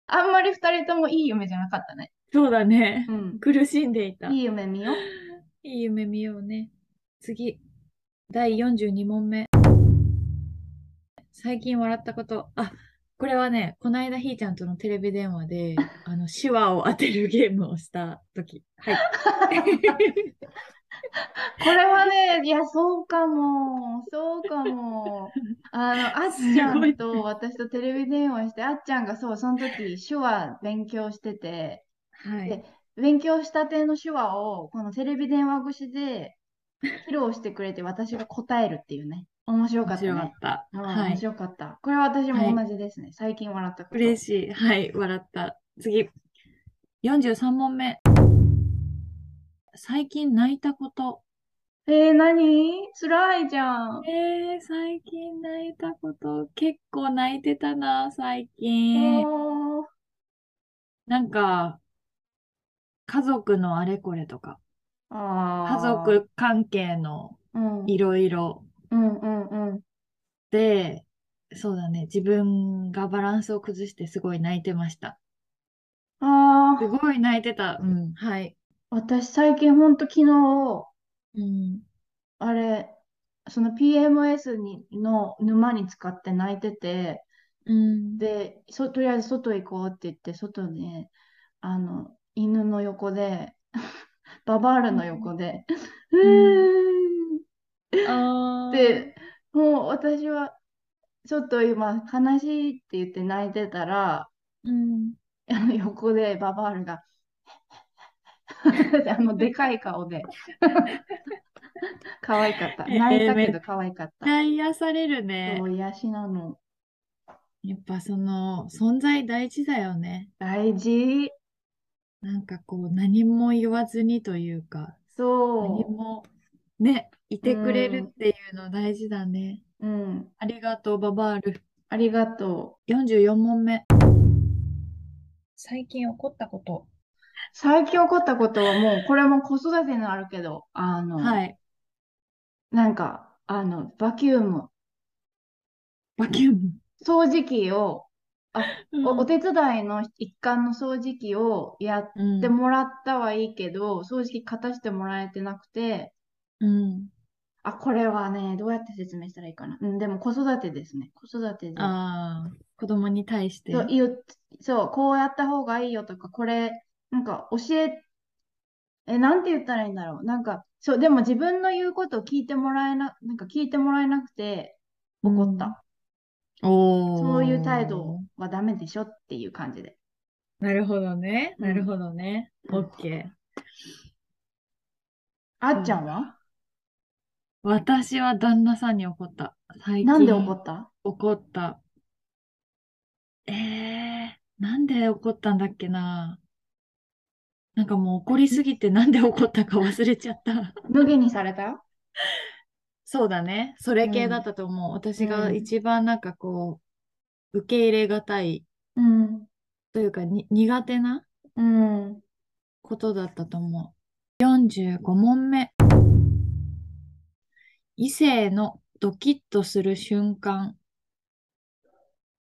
S2: あんまり二人ともいい夢じゃなかったね。
S3: そうだね。
S2: うん。
S3: 苦しんでいた。
S2: い
S3: い
S2: い夢見よう。
S3: い夢見ようね。次。第42問目。最近笑ったこと。あ、これはね、こないだひーちゃんとのテレビ電話 で、あの、手話を当てるゲームをした時。 はい。
S2: これはね、いや、そうかも、そうかも。あ の、あっちゃ
S3: すごい
S2: んと私とテレビ電話して、あっちゃんがそう、その時手話勉強してて、
S3: はい。
S2: 勉強したての手話をこのテレビ電話越しで披露してくれて、私が答えるっていうね。面白か
S3: 面白
S2: った
S3: かっ
S2: ね。
S3: た。
S2: うん
S3: は
S2: 面
S3: い。
S2: 白かった。これは私も同じですね。最近笑ったこと。
S3: 嬉しい。はい。笑った。次。43問目。最近泣いたこと。
S2: えー、何辛いじゃん。
S3: えー、最近泣いたこと、結構泣いてたな、最近。
S2: おー
S3: なんか、家族のあれこれとか、家
S2: あー
S3: 族関係の
S2: うん、
S3: いろいろ
S2: うんうんうん。
S3: で、そうだね、自分がバランスを崩してすごい泣いてました。
S2: あ
S3: す
S2: あ、
S3: ごい泣いてた。うん、はい。
S2: 私最近ほんと昨日、
S3: うん。
S2: あれ、その PMS にの沼に使って泣いてて、
S3: うん。
S2: で、そ、とりあえず外行こうって言って、外で、あの、犬の横で、 ババアルの横で、うーん
S3: あー
S2: で、もう私は、ちょっと今悲しいって言って泣いてたら、
S3: うん。
S2: あの横でババアルが、 あの、でかい顔で、 可愛かった。泣いたけど可愛かっ
S3: 絶
S2: た。
S3: 対癒されるね
S2: そう、。癒しなの。
S3: やっぱその、存在大事だよね。
S2: 大事。
S3: なんかこう何も言わずにというか、
S2: そ
S3: 何もね、いてくれるっていうの大事だね。
S2: う。うん。
S3: ありがとう、ババール。
S2: ありがとう。
S3: 44問目。最近起こったこと。
S2: 最近起こったことはもう、これも子育てになるけど、あの、
S3: はい。
S2: なんか、あの、バキューム、
S3: バキューム。
S2: 掃除機を、お、お
S3: お
S2: 手伝いの一環の掃除機をやっ
S3: うん
S2: てもらったはいいけど、掃除機勝たしてもらえてなくて、
S3: うん。
S2: あ、これはね、どうやって説明したらいいかな。うん、でも子育てですね。子育てで。
S3: ああ、子供に対して。
S2: そう、いいよそう、こうやった方がいいよとか、これ、なんか教ええ、なんて言ったらいいんだろう。なんか、そう、でも自分の言うことを聞いてもらえな、なんか聞いてもらえなくて怒った。
S3: おー
S2: そういう態度はダメでしょっていう感じで。
S3: なるほどね。
S2: うん
S3: なるほどね。
S2: うん
S3: オッケー。
S2: あっちゃんは
S3: 私は旦那さんに怒った。最
S2: なんで
S3: 近
S2: 怒った
S3: 怒った。えー、なんで怒ったんだっけな。なんかもう怒りすぎてなんで怒ったか忘れちゃった。
S2: 無下にされた
S3: そうだね。それ系だったと思う。私が
S2: うん
S3: 一番なんかこう、受け入れがたい
S2: うん。
S3: というかに苦手な
S2: うん。
S3: ことだったと思う。45問目。異性のドキッとする瞬間。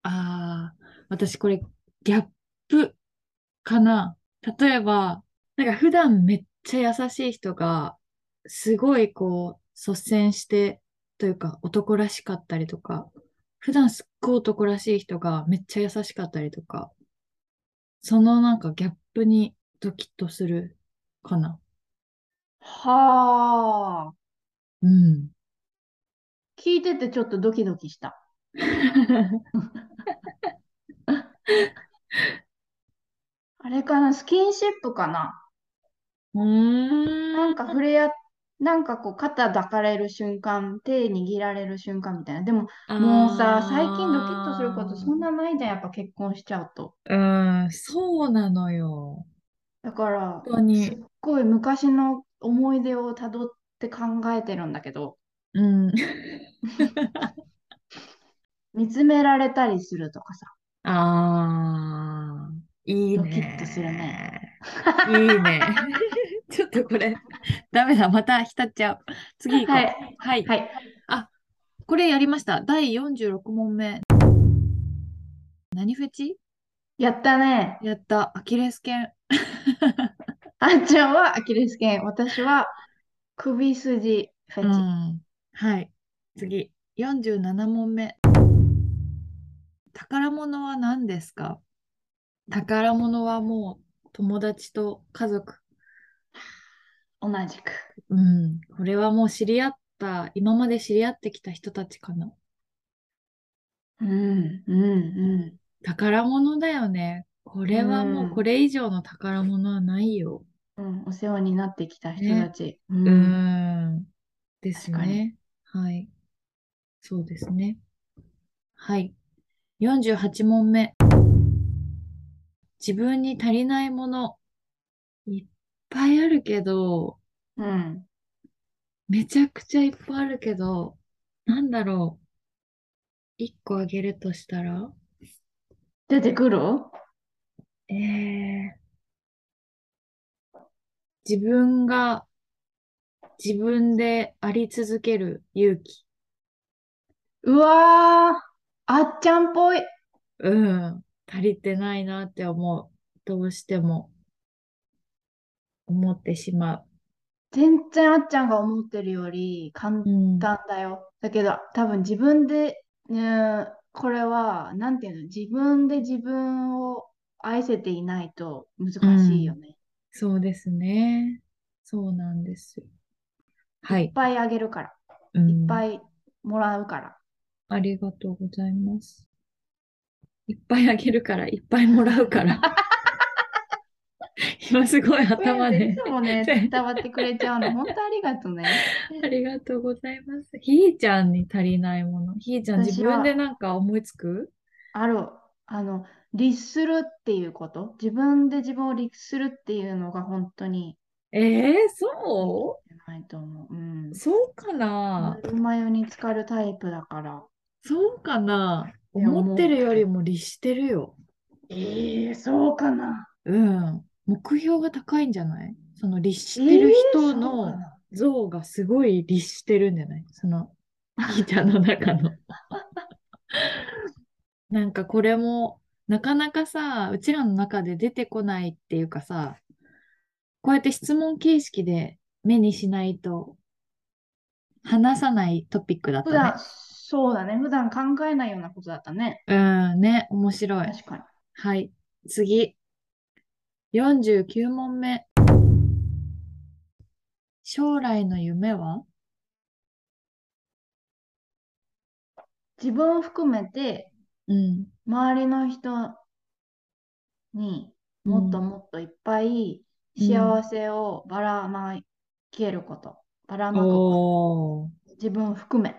S3: あー、私これギャップかな。例えば、なんか普段めっちゃ優しい人が、すごいこう、率先して、というか男らしかったりとか、普段すっごい男らしい人がめっちゃ優しかったりとか、そのなんかギャップにドキッとするかな。
S2: はあ。
S3: うん。
S2: 聞いててちょっとドキドキした。あれかな、スキンシップかな。なんか触れ合、なんかこう肩抱かれる瞬間、手握られる瞬間みたいな。でももうさ、最近ドキッとすることそんなないじゃん、やっぱ結婚しちゃうと。
S3: な。うん、そうなのよ。
S2: だから、
S3: 本当に
S2: すっごい昔の思い出をたどって考えてるんだけど、
S3: うん。
S2: 見つめられたりするとかさ。
S3: ああ、いい
S2: ド
S3: ね。
S2: キッとするね。
S3: いい ね。ちょっとこれ、ダメだ、また浸っちゃう。次行こう。
S2: はい、
S3: はい。
S2: はい。
S3: これやりました。第46問目。何フェチ
S2: やったね。
S3: やった。アキレス腱。
S2: あっちゃんはアキレス腱、私は首筋フ
S3: う
S2: ェチ。
S3: ん。はい。次。47問目。宝物は何ですか宝物はもう友達と家族。
S2: 同じく。
S3: うん。これはもう知り合った、今まで知り合ってきた人たちかな。
S2: うん、うん、う
S3: 宝物だよね。これはもう
S2: うん
S3: これ以上の宝物はないよ。
S2: ん。うん、お世話になってきた人
S3: ね
S2: たち。うん
S3: う。ん。です
S2: 確かに
S3: ね。はい。そうですね。はい。48問目。自分に足りないもの、いっぱいあるけど、
S2: うん。
S3: めちゃくちゃいっぱいあるけど、なんだろう。一個あげるとしたら
S2: 出てくる
S3: えー、自分が自分であり続ける勇気。
S2: うわー、あっちゃんっぽい。
S3: うん、足りてないなって思う。どうしても思ってしま
S2: 全然あっちゃんが思ってるより簡
S3: う。うん、
S2: 単だよ。だけど、多分自分で、うん、これは、なんていうの、自分で自分を愛せていないと難しいよね。
S3: そうですね。そうなんですよ。はい
S2: っ
S3: い、
S2: ぱいあげるから、
S3: うん
S2: いっぱいもらうから。
S3: ありがとうございます。いっぱいあげるから、いっぱいもらうから。 今すごい頭
S2: い
S3: で。
S2: つ もね、伝わってくれちゃうの、本当ありがとうね。
S3: ありがとうございます。ひーちゃんに足りないもの。ひーちゃん、自
S2: 私は
S3: 分でなんか思いつく
S2: ある、あの、律するっていうこと、自分で自分を律するっていうのが本当に
S3: えー、
S2: で
S3: そ
S2: きてないと思う。うん
S3: う。そうかな
S2: ぬるま湯に浸かるタイプだから。
S3: そうかない
S2: や
S3: 思ってるよりも律してるよ。
S2: ええそうかな。
S3: うん。目標が高いんじゃないその律し
S2: え
S3: てる
S2: え
S3: 人
S2: そうか
S3: の
S2: な
S3: 像がすごい律してるんじゃないその、ひーちゃんの中 の。なんかこれも、なかなかさ、うちらの中で出てこないっていうかさ、こうやって質問形式で目にしないと話さないトピックだっ
S2: 普
S3: た
S2: 段、そうだね。普段考えないようなことだったね。
S3: ね。うん、ね、面白い。
S2: 確かに。
S3: はい、次。49問目。将来の夢は
S2: 自分を含めて
S3: うん。
S2: 周りの人にもっともっといっぱい幸せをばらまけること、ばらまくこと、
S3: おー、
S2: 自分を含め。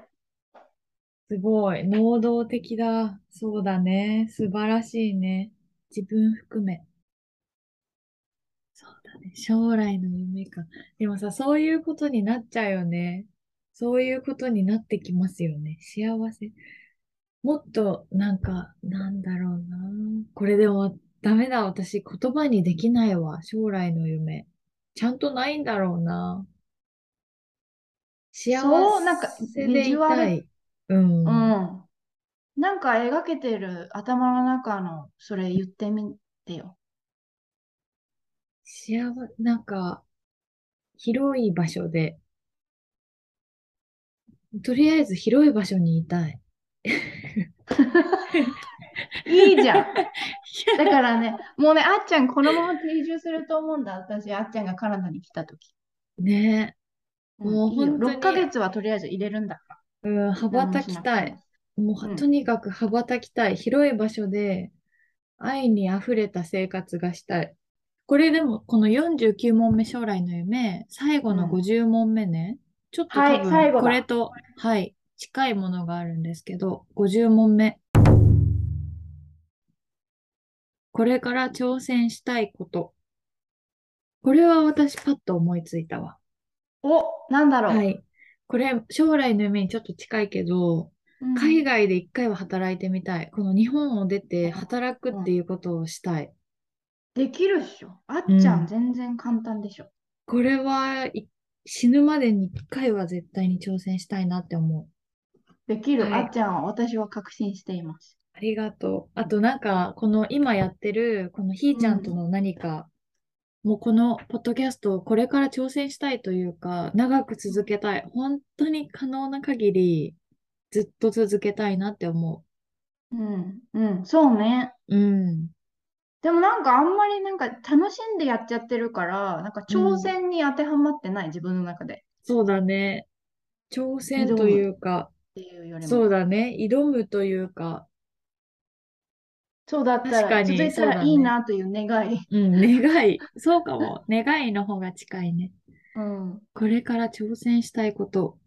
S3: すごい。能動的だ。そうだね。素晴らしいね。自分含め。そうだね。将来の夢か。でもさ、そういうことになっちゃうよね。そういうことになってきますよね。幸せ。もっと、なんか、なんだろうな。これでも、ダメだ。私、言葉にできないわ。将来の夢。ちゃんとないんだろうな。幸
S2: そうなんか
S3: せでい
S2: ビジュア
S3: た
S2: ル
S3: い。うん。
S2: うん。なんか描けてる頭の中のそれ言ってみてよ。
S3: 幸せ、なんか、広い場所で、とりあえず広い場所にいた い。
S2: いいじゃん。 だからね、もうね、あっちゃんこのまま定住すると思うんだ。私、あっちゃんがカナダに来た時。
S3: ねもう
S2: いいよ
S3: 本当に
S2: 6ヶ月はとりあえず入れるんだか
S3: え。うん、羽
S2: ら。
S3: ばたきたい。。も
S2: う
S3: う、
S2: ん
S3: とにかく羽ばたきたい。広い場所で、愛に溢れた生活がしたい。これでも、この49問目将来の夢、最後の
S2: うん
S3: 50問目ね。ちょっと
S2: はい
S3: 多分、
S2: 最後だ
S3: これと、はい、近いものがあるんですけど、50問目。これから挑戦したいこと。これは私パッと思いついたわ。
S2: お、なんだろう。
S3: はい。これ、将来の夢にちょっと近いけど、
S2: うん
S3: 海外で一回は働いてみたい。この日本を出て働くっていうことをしたい。
S2: できるっしょ。あっちゃ
S3: うん
S2: ん全然簡単でしょ。
S3: これはい死ぬまでに一回は絶対に挑戦したいなって思う。
S2: でき
S3: は
S2: る、
S3: い
S2: あっちゃんは私は確信しています。
S3: ありがとう。あとなんか、この今やってる、このひーちゃんとの何か、もうこのポッドキャストをこれから挑戦したいというか、長く続けたい。本当に可能な限り、ずっと続けたいなって思
S2: うん、うん、そうね。
S3: う。うん。
S2: でもなんかあんまりなんか楽しんでやっちゃってるから、なんか挑戦に当てはまってない、自分の中で。
S3: そうだね。挑戦というか、
S2: っていうよりも。
S3: そうだね。挑むというか、
S2: そうだった
S3: 確
S2: ら
S3: かに
S2: 続いた
S3: そうだ
S2: ら
S3: ね
S2: いいなという願い。
S3: うん、 願い。そうかも。願いの方が近いね。
S2: うん、
S3: これから挑戦したいこと、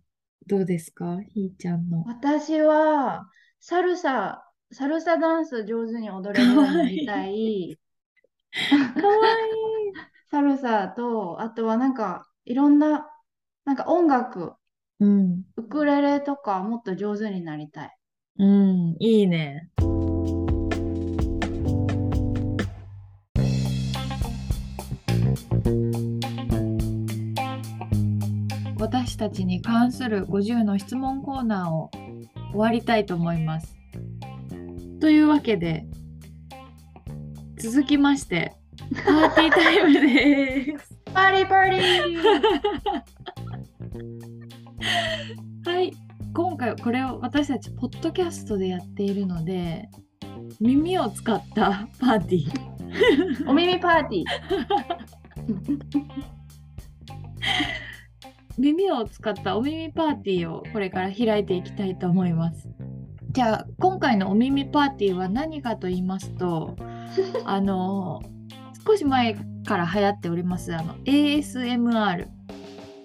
S3: どうですかひーちゃんの。
S2: 私はサルサ、サルサダンス上手に踊れるようになりたい。
S3: かわ
S2: サルサと、あとはなんかいろんな、なんか音楽、
S3: いい。うん。
S2: ウクレレとかもっと上手になりたい。
S3: うん、いいね。私たちに関する50の質問コーナーを終わりたいと思います。というわけで、続きまして、パーティータイムです。
S2: パーティーパーティ ー
S3: はい、今回これを私たちポッドキャストでやっているので、耳を使ったパーティー。
S2: お耳パーティー。
S3: 耳を使ったお耳パーティーをこれから開いていきたいと思います。じゃあ今回のお耳パーティーは何かと言いますとあの少し前から流行っておりますあの ASMR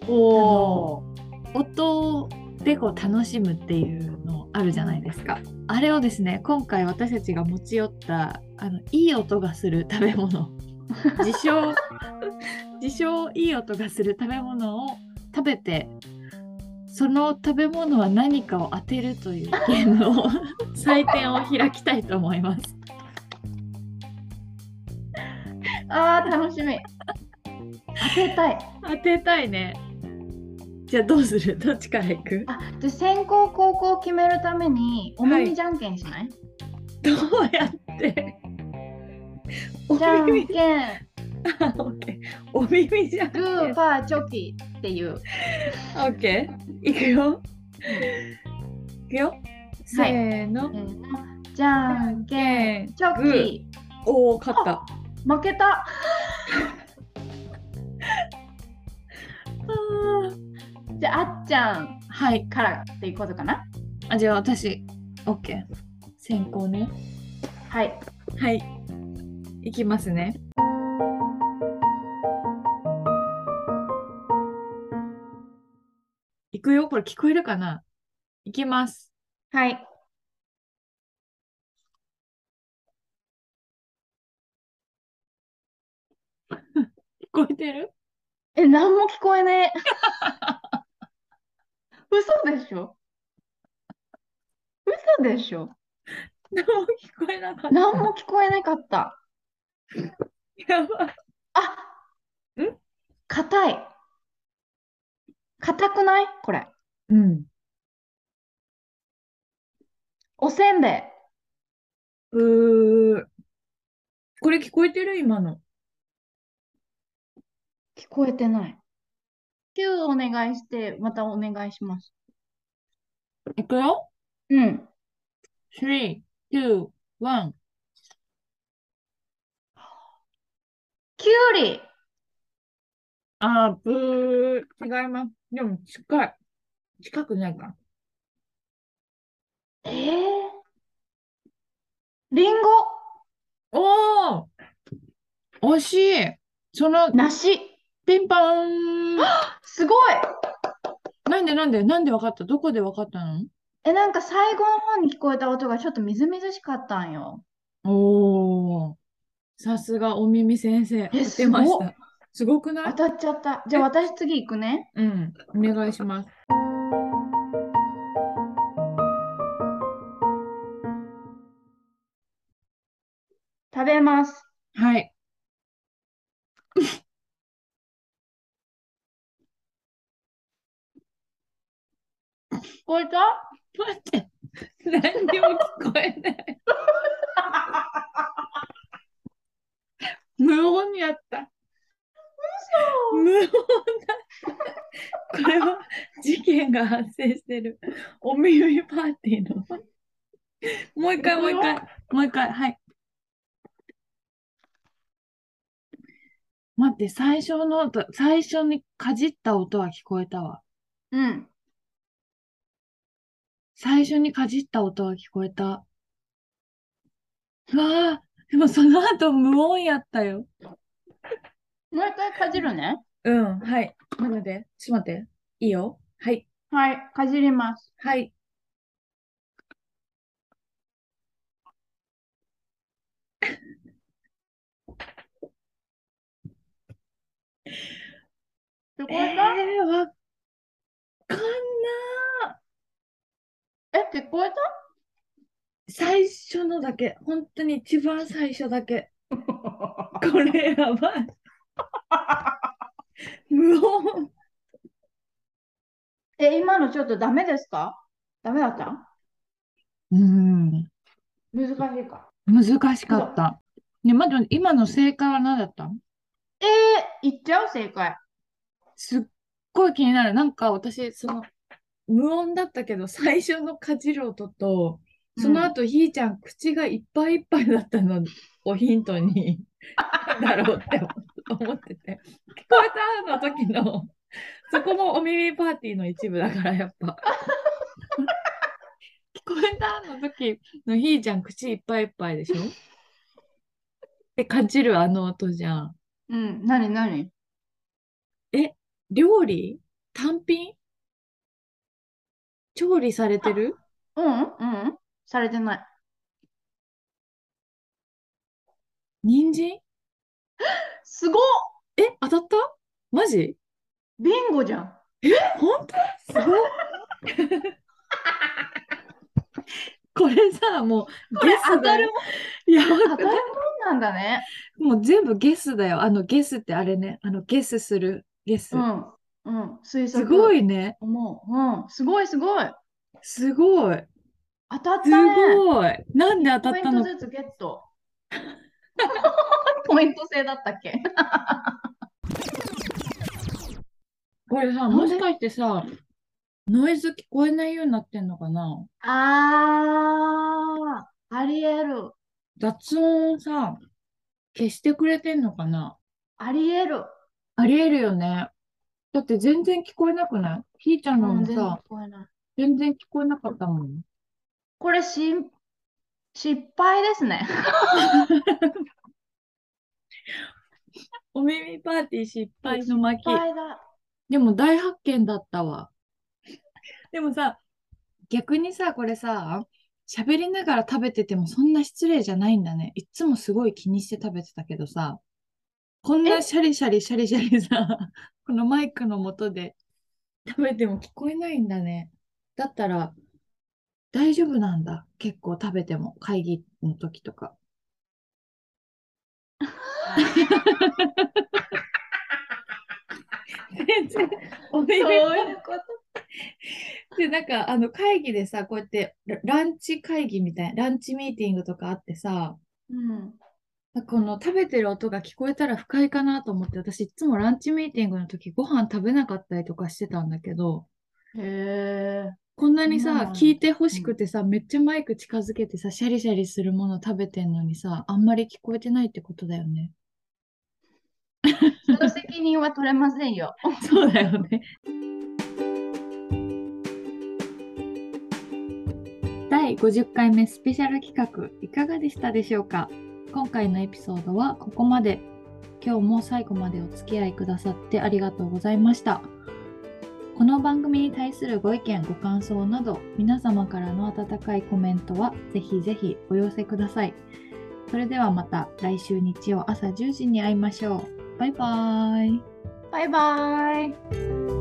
S2: おー
S3: 音でこう楽しむっていうのあるじゃないですか。あれをですね今回私たちが持ち寄ったあのいい音がする食べ 物自称自称いい音がする食べ物を食べてその食べ物は何かを当てるというゲー ムを採点を開きたいと思います。
S2: あー、楽しみ。当てたい。
S3: 当てたいね。じゃあどうするどっちから行く
S2: あ、じゃあ先行後攻決めるためにお
S3: は
S2: 耳
S3: い
S2: じゃんけんしない、
S3: どうやって
S2: じゃん
S3: お耳
S2: けん、
S3: あオッケーお耳じゃんけ
S2: グ
S3: ん。
S2: ー、パー、チョキっていう。
S3: オッケー。いくよ。いくよ。せーの
S2: う。んじゃんけん、
S3: ん。
S2: チョ
S3: グー
S2: キ、
S3: おお、勝った。あ
S2: 負けた。
S3: ー
S2: じゃあ、あっちゃん
S3: はい。
S2: からっていうことかな
S3: あ、じゃあ私、OK。先行ね。
S2: はい。
S3: はい。いきますね。いくよ。これ聞こえるかないきます。
S2: はい。
S3: 聞こえてる
S2: え、何も聞こえねえ。 嘘でしょ嘘でしょ
S3: でも 聞こえなかった。
S2: 何も聞こえなかった。
S3: やばい。
S2: あ
S3: ん
S2: 硬い。硬くないこれ。
S3: うん。
S2: おせんべい。
S3: うー。これ聞こえてる今の。
S2: 聞こえてない。9お願いして、またお願いします。
S3: いくよ。
S2: うん。
S3: three, two, one.
S2: きゅうり。
S3: あー、ぶー。違います。でも近い。近くないか。
S2: えー、りんご。
S3: おお惜しい。その、
S2: 梨。
S3: ピンポーン。
S2: すごい。
S3: なんでなんでなんでわかったどこでわかったの
S2: え、なんか最後の方に聞こえた音がちょっとみずみずしかったんよ。
S3: おー。さすがお耳先生。
S2: え
S3: 合ってまし。
S2: すごった
S3: すごくな
S2: 当
S3: い
S2: たっちゃった。じゃあ私次行くね。
S3: うん。お願いします。
S2: 食べます。
S3: はい。
S2: 聞こえた
S3: 待って。何にも聞こえない。無音やった。無音だった。これは事件が発生してる。お耳パーティーの。もう一回、もう一回、もう一回、はい。待って、最初の音、最初にかじった音は聞こえたわ。
S2: うん。
S3: 最初にかじった音が聞こえた。うわあ、でもその後無音やったよ。
S2: もう一回かじるね。
S3: うん、はい。ちょっと待って、ちょっと待って。いいよ。はい、
S2: はい、かじります。
S3: はい。
S2: 聞こ
S3: え
S2: えた
S3: ー、わかんな
S2: え、聞こえ
S3: い。
S2: た
S3: 最初のだけ。本当に一番最初だけ。これやばい。無音。
S2: え、今のちょっとダメですかダメだった
S3: うん、
S2: 難しいか。
S3: 難しかった。ね、まだ今の正解は何だったの
S2: えー、いっちゃう正解。
S3: すっごい気になる。なんか私、その、無音だったけど、最初のかじる音と、その後、ひーちゃん、口がいっぱいいっぱいだったのをヒントに、 なんだろうって思ってて。聞こえたの時の、そこもお耳パーティーの一部だから、やっぱ。聞こえたの時のひーちゃん、口いっぱいいっぱいでしょで、かじるあの音じゃん。
S2: うん、うん、なになに
S3: 料理単品調理されてる
S2: うん、うん、されてない。
S3: 人参
S2: すごっ
S3: え当たったマジ
S2: ビンゴじゃん。
S3: 本当すごい これさもうゲス
S2: 当た
S3: だ
S2: る
S3: よ。いや
S2: 当たるもんなんだね。
S3: もう全部ゲスだよ。あのゲスってあれね。あのゲスするゲス。
S2: うん、うん、推
S3: す
S2: 測。
S3: ご
S2: い。
S3: いね。
S2: もう、うん、すごいすごい。
S3: すごい。
S2: 当たった
S3: す
S2: ね。
S3: ごい。なんで当たっ
S2: ポイン
S3: た
S2: ト
S3: の
S2: ずつゲット。ポイント制だったっけ
S3: これさ、
S2: んで
S3: もしかしてさ、ノイズ聞こえないようになってんのかな
S2: あー、ありえる。
S3: 雑音をさ、消してくれてんのかな
S2: ありえる。
S3: ありえるよね。だって全然聞こえなくないひーちゃんの
S2: うん
S3: も
S2: 全然
S3: さ
S2: 聞、こえない。
S3: 全然聞こえなかったもん。
S2: これしん、失敗ですね。
S4: お耳パーティー失敗の巻。
S2: 失敗だ。
S3: でも大発見だったわ。
S4: でもさ、
S3: 逆にさ、これさ、喋りながら食べててもそんな失礼じゃないんだね。いっつもすごい気にして食べてたけどさ、こんなシャリシャリシャリシャリさ、 このマイクの元で食べても聞こえないんだね。だったら大丈夫なんだ。結構食べても会議の時とか。全然お
S2: そう
S3: 耳
S2: いうこ
S3: で、なんか、あの、会議でさ、こうやってラ、ランチ会議みたいな、ランチミーティングとかあってさ、
S2: と。うん。
S3: この食べてる音が聞こえたら不快かなと思って、私いつもランチミーティングの時ご飯食べなかったりとかしてたんだけど、
S2: へえ。
S3: こんなに
S2: そうな
S3: さ
S2: ん、だ
S3: 聞いてほしくてさ、めっちゃマイク近づけてさ、シャリシャリするもの食べてんのにさ、あんまり聞こえてないってことだよね。
S2: その責任は取れませんよ。
S3: そうだよね。
S4: 第50回目スペシャル企画いかがでしたでしょうか今回のエピソードはここまで今日も最後までお付き合いくださってありがとうございましたこの番組に対するご意見ご感想など皆様からの温かいコメントはぜひぜひお寄せくださいそれではまた来週日曜朝10時に会いましょうバイバーイ
S2: バイバイ。